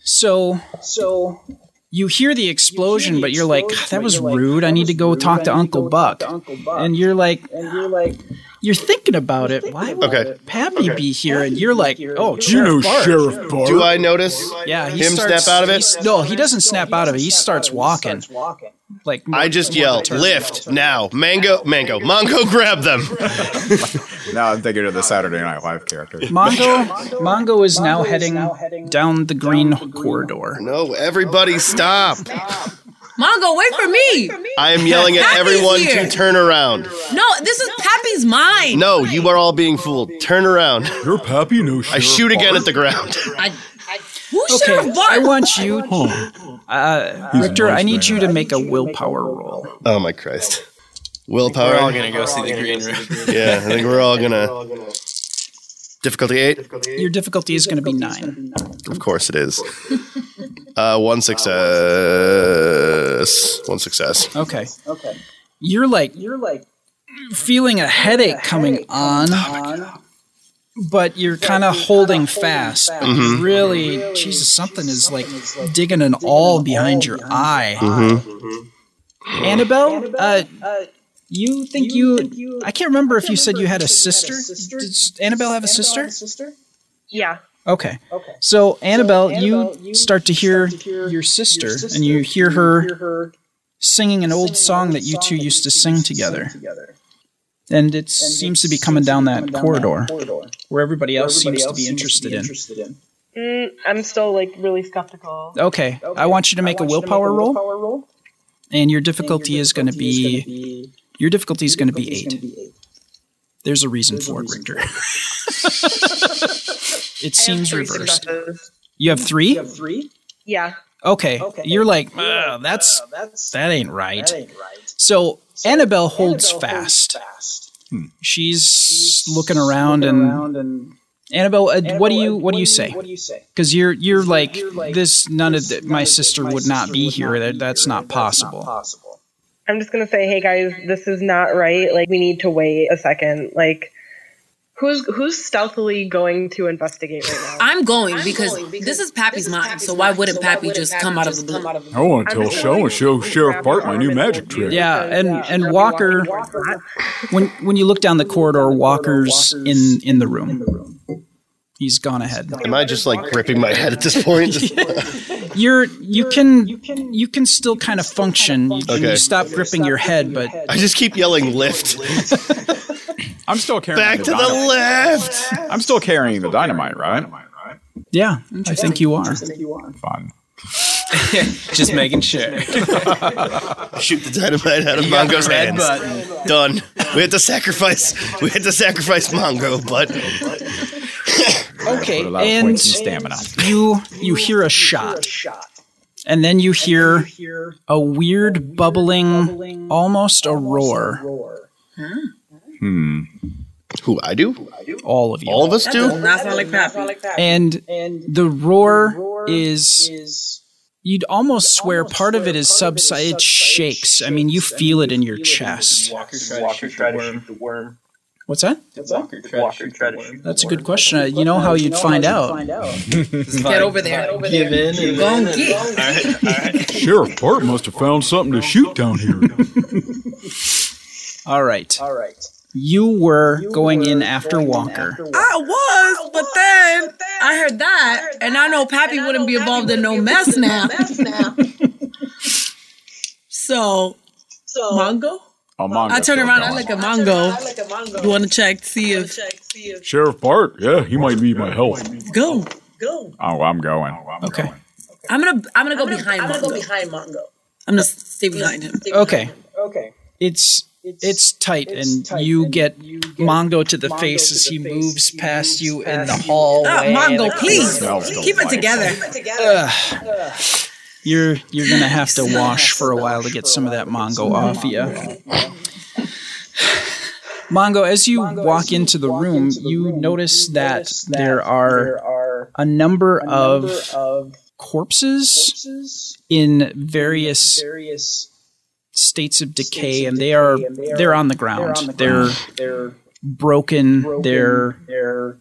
[SPEAKER 5] So so you hear the explosion, but you're like, "God, that was rude. I need to go talk to Uncle Buck. And you're like, you're thinking about it. Why would
[SPEAKER 2] Okay.
[SPEAKER 5] Pappy be here? And you're like, oh, you know, Sheriff Bart.
[SPEAKER 2] Do I notice?
[SPEAKER 5] Yeah, he
[SPEAKER 2] Him
[SPEAKER 5] starts,
[SPEAKER 2] snap out of it?
[SPEAKER 5] he s- no, he doesn't snap out of it. He starts walking. Like
[SPEAKER 2] I just yell, lift now, mango, mango, mango, grab them.
[SPEAKER 4] Now I'm thinking of the Saturday Night Live character.
[SPEAKER 5] Mongo, Mongo is now heading down the green corridor.
[SPEAKER 2] No, everybody stop.
[SPEAKER 10] Mongo, wait for me.
[SPEAKER 2] I am yelling at
[SPEAKER 10] Happy's
[SPEAKER 2] everyone to
[SPEAKER 10] here.
[SPEAKER 2] turn around.
[SPEAKER 10] No, this is Pappy's mind.
[SPEAKER 2] No, you are all being fooled. Turn around.
[SPEAKER 4] Your pappy knows.
[SPEAKER 2] I shoot again at the ground.
[SPEAKER 10] I, I, who
[SPEAKER 5] Okay,
[SPEAKER 10] Sheriff Bart?
[SPEAKER 5] I want you, uh, Richter. I need you to make a willpower roll.
[SPEAKER 2] Oh my Christ.
[SPEAKER 8] We're all
[SPEAKER 2] Willpower.
[SPEAKER 8] gonna go see the green room.
[SPEAKER 2] Yeah, I think we're all gonna. Difficulty eight?
[SPEAKER 5] Your difficulty is going to be nine.
[SPEAKER 2] Of course it is. Uh, one success. One success.
[SPEAKER 5] Okay. Okay. You're like you're like feeling a headache coming on. But you're kind of holding fast. but Really, Jesus, something is like digging an awl behind your eye.
[SPEAKER 2] Mm-hmm.
[SPEAKER 5] Mm-hmm. Annabelle, uh, you think you? I can't remember if you said you had a sister. Did s- Annabelle have a sister?
[SPEAKER 7] Yeah.
[SPEAKER 5] Okay. So Annabelle, you, start to hear your sister, and you hear her, singing an old song that you two used to sing together. And it seems to be coming down that corridor where everybody else seems to be interested in.
[SPEAKER 7] Mm, I'm still like really skeptical.
[SPEAKER 5] Okay, I want you to make a willpower roll. And your difficulty is going to be your difficulty is going to be eight. There's a reason for it, Richter. It seems reversed.
[SPEAKER 7] Successes.
[SPEAKER 5] You have three.
[SPEAKER 7] Yeah.
[SPEAKER 5] Okay. You're like, "Ugh, that's, that ain't right. So Annabelle holds fast. She's, looking around and, Annabelle, uh, what do you what do you say? Because you're you're like, this. None of the, my sister would not be here. That, that's not possible.
[SPEAKER 7] I'm just gonna say, hey guys, this is not right. Like we need to wait a second. Like Who's who's stealthily going to investigate right now?
[SPEAKER 10] I'm going because, this is Pappy's mine, so why wouldn't Pappy just come out of the blue?
[SPEAKER 12] I want to tell Show and show Sheriff Bart my new magic trick.
[SPEAKER 5] Yeah, and and Walker, when when you look down the corridor, Walker's in in the room. He's gone ahead.
[SPEAKER 2] Am I just like gripping my head at this point? Just-
[SPEAKER 5] You're you can you can still kind of function. You, can- you
[SPEAKER 2] Okay.
[SPEAKER 5] stop gripping your head, but
[SPEAKER 2] I just keep yelling lift.
[SPEAKER 4] I'm still carrying
[SPEAKER 2] Back
[SPEAKER 4] the
[SPEAKER 2] to the
[SPEAKER 4] dynamite.
[SPEAKER 2] left.
[SPEAKER 4] I'm still carrying the dynamite, right?
[SPEAKER 5] yeah, I think you are.
[SPEAKER 4] Fine.
[SPEAKER 8] Just making sure.
[SPEAKER 2] Shoot the dynamite out of
[SPEAKER 8] got
[SPEAKER 2] Mongo's
[SPEAKER 8] the red
[SPEAKER 2] hands.
[SPEAKER 8] button.
[SPEAKER 2] Done. We had to sacrifice. We had to sacrifice Mongo, but
[SPEAKER 5] Okay,
[SPEAKER 4] Put a lot of
[SPEAKER 5] and
[SPEAKER 4] points in stamina.
[SPEAKER 5] you you hear a shot, and then you hear a weird bubbling, almost a roar.
[SPEAKER 12] Hmm.
[SPEAKER 2] who I do?
[SPEAKER 5] All of you.
[SPEAKER 2] All of us do.
[SPEAKER 10] Not sound like Pappy.
[SPEAKER 5] and the roar is you'd almost swear part of it is subside it shakes i mean you feel it in your chest
[SPEAKER 8] Walker tried to shoot the worm.
[SPEAKER 5] what's that
[SPEAKER 8] Walker tried to shoot the worm.
[SPEAKER 5] that's a good question Uh, you know how you'd find out
[SPEAKER 10] Get over there.
[SPEAKER 8] Give in and
[SPEAKER 10] Go
[SPEAKER 8] then
[SPEAKER 10] and get.
[SPEAKER 12] Sheriff Bart must have found something to shoot down here.
[SPEAKER 5] all right all right you were going in after walker
[SPEAKER 10] I was, but then I heard that, and I know Pappy wouldn't be involved in no mess now. So, Mongo?
[SPEAKER 4] Among
[SPEAKER 10] I
[SPEAKER 4] us,
[SPEAKER 10] turn
[SPEAKER 4] we're
[SPEAKER 10] around, I
[SPEAKER 4] going.
[SPEAKER 10] look at Mongo. You want to check, see if.
[SPEAKER 12] Sheriff Bart, yeah, he might need my help.
[SPEAKER 10] Go.
[SPEAKER 4] Oh, I'm going.
[SPEAKER 5] okay
[SPEAKER 10] I'm gonna I'm gonna go behind Mongo. I'm gonna go behind Mongo. I'm gonna stay behind him.
[SPEAKER 5] okay okay it's it's tight, and you get Mongo to the face as he moves past you in the hallway.
[SPEAKER 10] Ah, Mongo, please
[SPEAKER 4] smells
[SPEAKER 10] keep it
[SPEAKER 4] delightful.
[SPEAKER 10] together.
[SPEAKER 5] You're you're gonna have to wash for a while to get some of that Mongo off you. Mongo, as you walk into the room, you notice that there are a number of corpses in various states of decay, and they are they're on the ground. They're broken. They're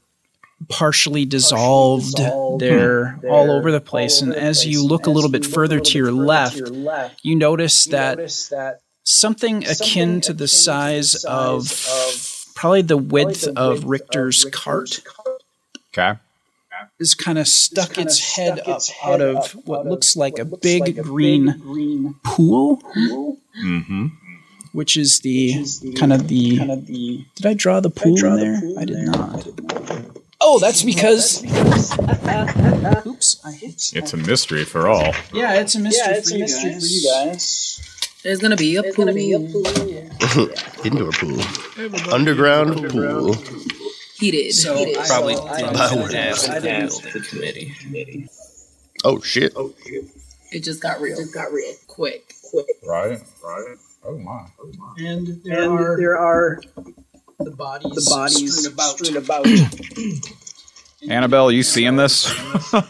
[SPEAKER 5] partially dissolved. Hmm. They're all over the place. And as you look a little bit further to your left, you notice that something akin to the size of probably the width of Richter's cart
[SPEAKER 4] Okay.
[SPEAKER 5] is kind of stuck its head up out of what looks like a big green pool.
[SPEAKER 12] Mm-hmm.
[SPEAKER 5] Which is the kind of the did I draw the pool in there? I did not. Oh, that's because. oops, I hit.
[SPEAKER 4] It's a mystery for all.
[SPEAKER 5] Yeah, it's a mystery, for, you guys.
[SPEAKER 10] There's gonna be a pool.
[SPEAKER 2] Indoor pool. Underground pool.
[SPEAKER 10] Heated. Heated.
[SPEAKER 8] probably didn't
[SPEAKER 2] Bowers.
[SPEAKER 8] ask the bill, the committee.
[SPEAKER 2] Oh shit.
[SPEAKER 10] It just got real. It got real quick. Quick.
[SPEAKER 4] Right. Right. Oh my.
[SPEAKER 5] And there are there are the bodies the bodies strewn about,
[SPEAKER 4] Annabelle, you seeing this?
[SPEAKER 5] and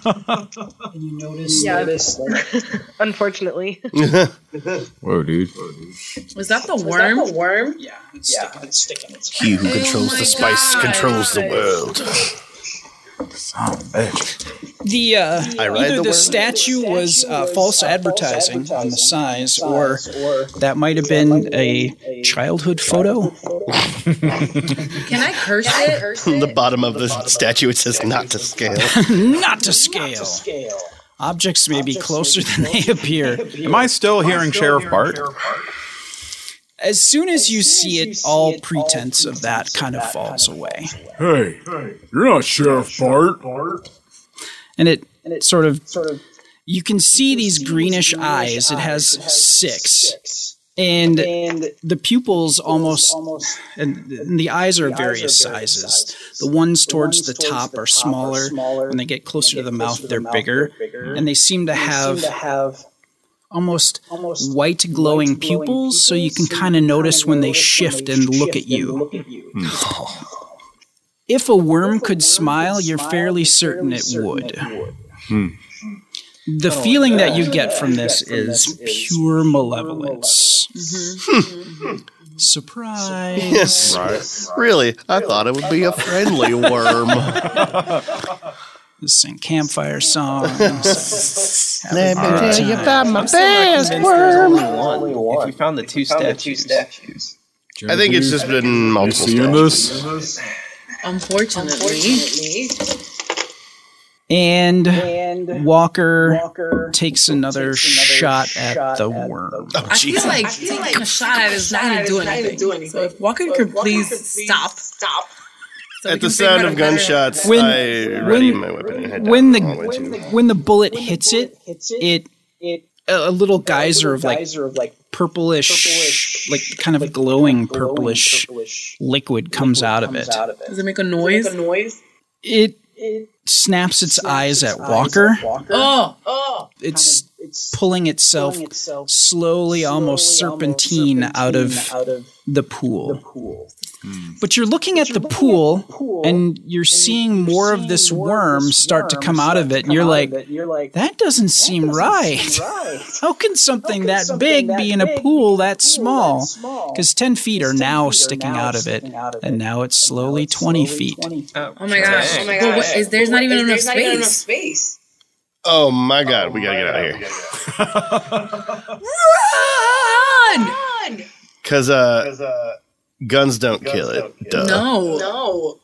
[SPEAKER 5] you notice
[SPEAKER 7] Yeah.
[SPEAKER 5] this
[SPEAKER 7] Unfortunately,
[SPEAKER 4] Whoa, dude.
[SPEAKER 10] Was that the worm? Oh the worm?
[SPEAKER 5] yeah, it's sticking, it's sticking. It's
[SPEAKER 2] He who controls the spice controls the world.
[SPEAKER 5] the uh,
[SPEAKER 2] I ride
[SPEAKER 5] either
[SPEAKER 2] the
[SPEAKER 5] the,
[SPEAKER 2] worm.
[SPEAKER 5] statue was uh, false advertising on the size, or that might have been a childhood photo.
[SPEAKER 10] Can I curse it?
[SPEAKER 2] On the bottom of the statue it says not to scale.
[SPEAKER 5] Not to scale. Objects may be closer than they appear.
[SPEAKER 4] Am I still hearing Sheriff Bart?
[SPEAKER 5] As soon as you see it, all pretense of that kind of falls away,
[SPEAKER 12] Hey, you're not Sheriff Bart.
[SPEAKER 5] and it sort of you can see these greenish eyes. It has six, and the pupils almost and, th- and the eyes are various sizes. The ones towards the top are smaller. When they get closer to the mouth, they're bigger, and they seem to have almost white glowing pupils, so you can kind of notice when they shift and look at you. If a worm could smile, you're fairly certain it would. The feeling that you get from this is pure malevolence. Hmm. Surprise.
[SPEAKER 2] Yes. Really? I thought it would be a friendly worm.
[SPEAKER 5] Let's sing campfire songs.
[SPEAKER 13] Let me
[SPEAKER 5] All right.
[SPEAKER 13] tell you about my
[SPEAKER 8] Best
[SPEAKER 13] best
[SPEAKER 8] worm.
[SPEAKER 13] worm.
[SPEAKER 8] Only one. If we found the two statues.
[SPEAKER 2] I think it's just been multiple.
[SPEAKER 12] You seeing
[SPEAKER 2] statues.
[SPEAKER 10] Unfortunately.
[SPEAKER 5] And, Walker, takes another, shot, at the worm.
[SPEAKER 10] I feel like taking a shot at it is not going to do anything. So if Walker could please stop. Stop.
[SPEAKER 2] At the sound of gunshots,
[SPEAKER 5] When-
[SPEAKER 2] I ready my weapon and head down.
[SPEAKER 5] when the when the bullet hits it, it it a a little geyser of like purplish, like kind of glowing purplish liquid comes out of it.
[SPEAKER 10] Does it make a noise? noise?
[SPEAKER 5] It snaps its eyes at Walker.
[SPEAKER 10] Oh, oh.
[SPEAKER 5] It's pulling itself slowly, almost serpentine out of the pool. But you're looking at the pool and you're seeing more of this worm start to come out of it, and you're like, that doesn't seem right. How can something that big be in a pool that small? Because 10 feet are now sticking out of it, and now it's slowly 20 feet.
[SPEAKER 10] Oh my gosh. Oh my gosh. What, is there's not even enough
[SPEAKER 14] There's not even enough
[SPEAKER 10] space.
[SPEAKER 14] space.
[SPEAKER 2] Oh my god, we gotta get out of here.
[SPEAKER 10] Run!
[SPEAKER 2] Cause uh, guns don't kill it. duh.
[SPEAKER 10] No.
[SPEAKER 14] No.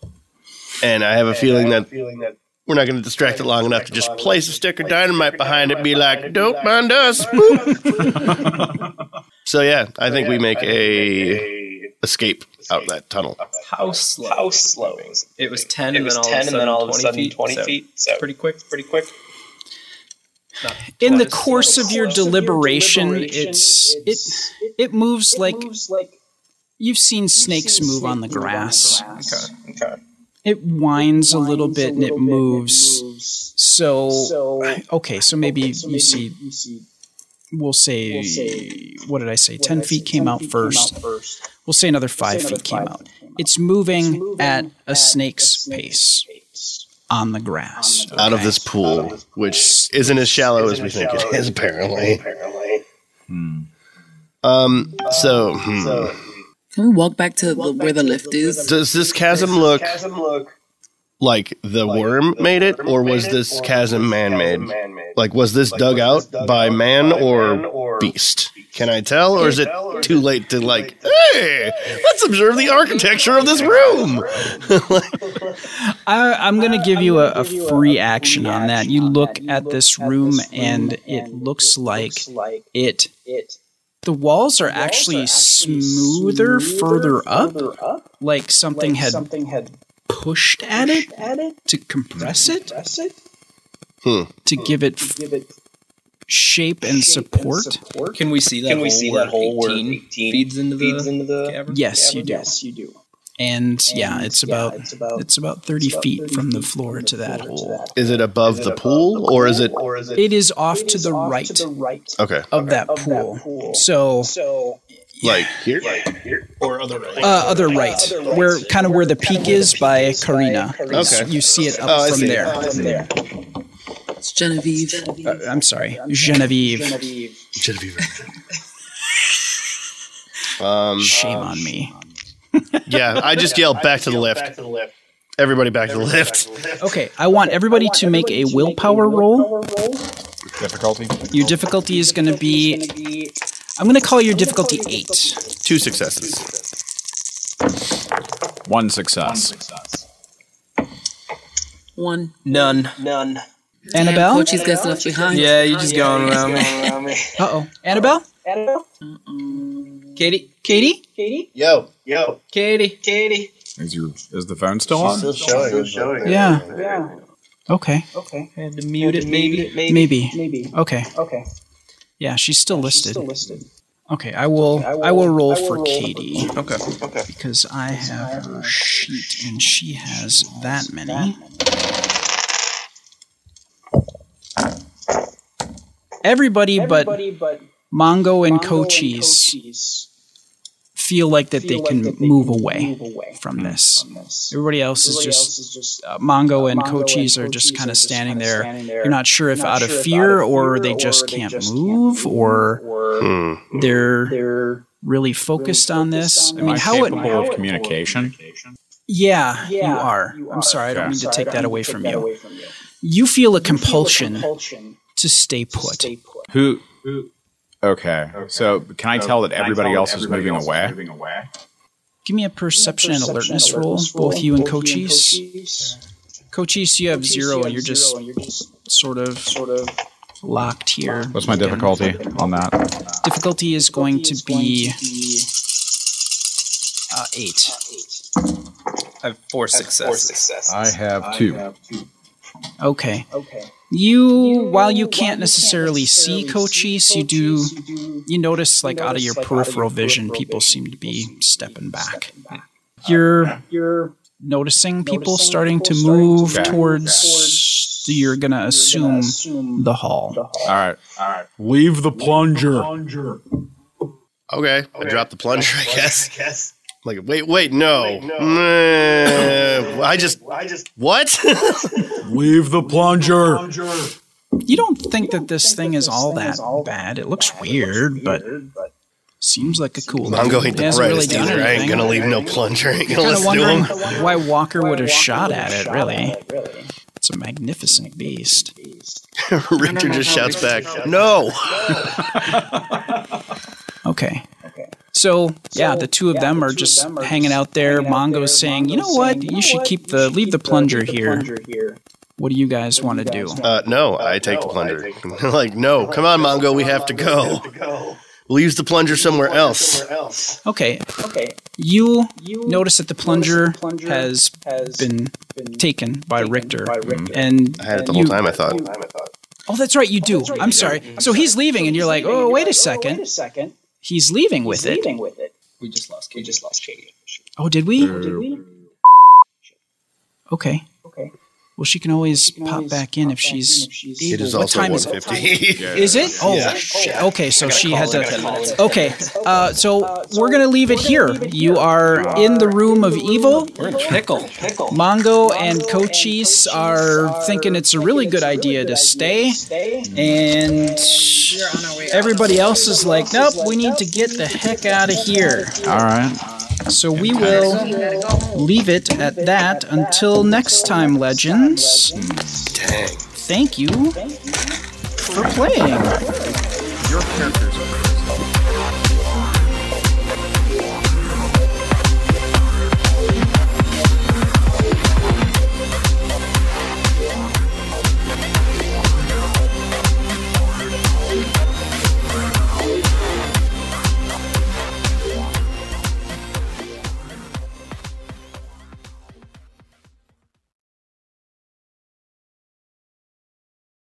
[SPEAKER 2] And I have a feeling that we're not gonna distract it long enough to just place a stick of dynamite behind it, and be like, "Don't mind us." boop." so yeah, I think we make a escape out of that tunnel.
[SPEAKER 8] How slow? How slow? It was ten,
[SPEAKER 11] It was 10,
[SPEAKER 8] and then all of a sudden twenty feet. So it's pretty quick. Pretty quick.
[SPEAKER 5] in the course of your deliberation, it's it it moves like you've seen snakes move on the grass.
[SPEAKER 8] Okay. Okay.
[SPEAKER 5] It winds a little bit and it moves. So okay, so maybe you see. We'll say what did I say? Ten feet came out first. We'll say another five feet came out. It's moving at a snake's pace on the grass.
[SPEAKER 2] Out of this pool, which isn't as shallow as we think it is, apparently. Um. So, hmm.
[SPEAKER 10] Can we walk back to the, where the lift is?
[SPEAKER 2] does this chasm look like the worm made it, or was this chasm man-made? Like, was this dug out by man or beast? Can I tell, or is it too late to like? Hey, let's observe the architecture of this room.
[SPEAKER 5] I, Uh, I'm going to give you a, a free action on that. You look at this room and it looks like it. The walls are actually smoother further up, like something had pushed at it to compress it,
[SPEAKER 2] Hmm.
[SPEAKER 5] to give it f- shape and support.
[SPEAKER 8] Can we see that?
[SPEAKER 5] Can we
[SPEAKER 8] hole
[SPEAKER 5] see
[SPEAKER 8] where
[SPEAKER 5] that hole where
[SPEAKER 8] 18 feeds into the cavern?
[SPEAKER 5] Yes, you do. you do. And yeah, it's about it's about, 30 feet from the floor to that hole.
[SPEAKER 2] Is it above the pool, or is it? Oh.
[SPEAKER 5] It is off to the right,
[SPEAKER 2] Okay,
[SPEAKER 5] of, that, pool. So,
[SPEAKER 2] like here.
[SPEAKER 13] Or other way.
[SPEAKER 5] uh, other right, where kind of where the peak is by Karina. Uh,
[SPEAKER 2] Okay.
[SPEAKER 5] You see it up
[SPEAKER 2] Oh, I
[SPEAKER 5] from
[SPEAKER 2] see.
[SPEAKER 5] there.
[SPEAKER 10] It's Genevieve.
[SPEAKER 5] Uh, I'm sorry, Genevieve.
[SPEAKER 2] Um,
[SPEAKER 5] Shame on me.
[SPEAKER 2] yeah, I just yelled back to the lift. Everybody back to the lift.
[SPEAKER 5] Okay, I want everybody to make a willpower roll.
[SPEAKER 4] Difficulty.
[SPEAKER 5] Your difficulty is going to be. I'm going to call your difficulty eight.
[SPEAKER 2] Two successes.
[SPEAKER 4] One success.
[SPEAKER 10] One.
[SPEAKER 8] None. None.
[SPEAKER 5] Annabelle?
[SPEAKER 10] Cochise gets left behind.
[SPEAKER 8] Yeah, you're just going around me.
[SPEAKER 5] Uh oh. Annabelle?
[SPEAKER 8] Katie.
[SPEAKER 5] Katie?
[SPEAKER 2] Yo, yo.
[SPEAKER 8] Katie.
[SPEAKER 14] Katie.
[SPEAKER 4] Is your is the phone still on?
[SPEAKER 2] showing. showing.
[SPEAKER 5] Yeah. Okay.
[SPEAKER 8] Okay. I had to mute it, maybe.
[SPEAKER 5] Maybe. Okay. Okay. Yeah, she's still listed. Okay, I will. I will, roll for Katie
[SPEAKER 8] Okay. Okay.
[SPEAKER 5] because I have her sheet and she has that many. Everybody, but, Mongo and Cochise feel like that they can move away from this. Everybody else is just, uh, Mongo and Cochise are just kind of standing there. You're not sure if out of fear or they just can't move or
[SPEAKER 2] Hmm.
[SPEAKER 5] they're really focused on this. I
[SPEAKER 4] Am
[SPEAKER 5] mean,
[SPEAKER 4] I
[SPEAKER 5] how it
[SPEAKER 4] capable of communication?
[SPEAKER 5] yeah, you are. I'm sorry, I don't mean to take that away from you. You feel a compulsion to stay put.
[SPEAKER 4] Who? Okay. So can I tell that everybody else is moving away?
[SPEAKER 5] Give me a perception and alertness roll, both you and Cochise. Cochise, you have zero, and you're just sort of sort of locked here.
[SPEAKER 4] What's my difficulty on that?
[SPEAKER 5] Difficulty is going to be uh, eight.
[SPEAKER 8] I have four successes.
[SPEAKER 4] I have two.
[SPEAKER 2] Uh,
[SPEAKER 5] Okay. Okay. You, while you can't necessarily see Cochise, you do you notice like out of your peripheral vision, people seem to be stepping back. You're you're noticing people starting to move
[SPEAKER 4] Okay.
[SPEAKER 5] towards. You're gonna assume the hall.
[SPEAKER 4] All right. All right. Leave the plunger.
[SPEAKER 2] Okay, I dropped the plunger, I guess. Like, wait, wait, no. Meh. I just, what?
[SPEAKER 12] Leave the plunger.
[SPEAKER 5] You don't think that this thing is all that bad. It looks weird, but seems like a cool.
[SPEAKER 2] Mongo ain't
[SPEAKER 5] It
[SPEAKER 2] the
[SPEAKER 5] hasn't really
[SPEAKER 2] brightest
[SPEAKER 5] done
[SPEAKER 2] either. I ain't
[SPEAKER 5] anything.
[SPEAKER 2] gonna leave no plunger. I ain't gonna
[SPEAKER 5] Kinda
[SPEAKER 2] listen to
[SPEAKER 5] wondering
[SPEAKER 2] him.
[SPEAKER 5] why Walker would have shot at it. Really, it's a magnificent beast.
[SPEAKER 2] Richard just shouts back, no.
[SPEAKER 5] Okay. So yeah, the two of them are just hanging out there. Mongo's saying, "You know what? You should keep the leave the plunger here. What do you guys want to do?"
[SPEAKER 2] Uh, no, I take the plunger. like, no, come on, Mongo, we have to go. Leaves the plunger somewhere else.
[SPEAKER 5] Okay. Okay. You notice that the plunger has been taken by Richter, and
[SPEAKER 2] Mm. I had it the whole
[SPEAKER 5] you-
[SPEAKER 2] time, I thought.
[SPEAKER 5] Oh, that's right, you do. I'm sorry. So he's leaving, and you're like, "Oh, wait a second.
[SPEAKER 14] second.
[SPEAKER 5] He's leaving with it."
[SPEAKER 14] with it. We just lost. We just lost Katie.
[SPEAKER 5] Oh, did we? Okay. Okay. Well, she can always pop back in if she's. able.
[SPEAKER 2] It is
[SPEAKER 5] what
[SPEAKER 2] also
[SPEAKER 5] time is it?
[SPEAKER 2] 150.
[SPEAKER 5] Is it? Oh,
[SPEAKER 2] Yeah.
[SPEAKER 5] shit. okay. So she
[SPEAKER 8] call
[SPEAKER 5] had
[SPEAKER 8] in ten minutes.
[SPEAKER 5] to. Okay. Uh, so we're gonna leave it here. You are in the room of evil.
[SPEAKER 8] We're in pickle.
[SPEAKER 5] Mongo and Cochise are thinking it's a really good idea to stay, and everybody else is like, "Nope, we need to get the heck out of here."
[SPEAKER 4] All right.
[SPEAKER 5] So we will leave it at that until next time, legends. Thank you for playing.
[SPEAKER 4] Your characters.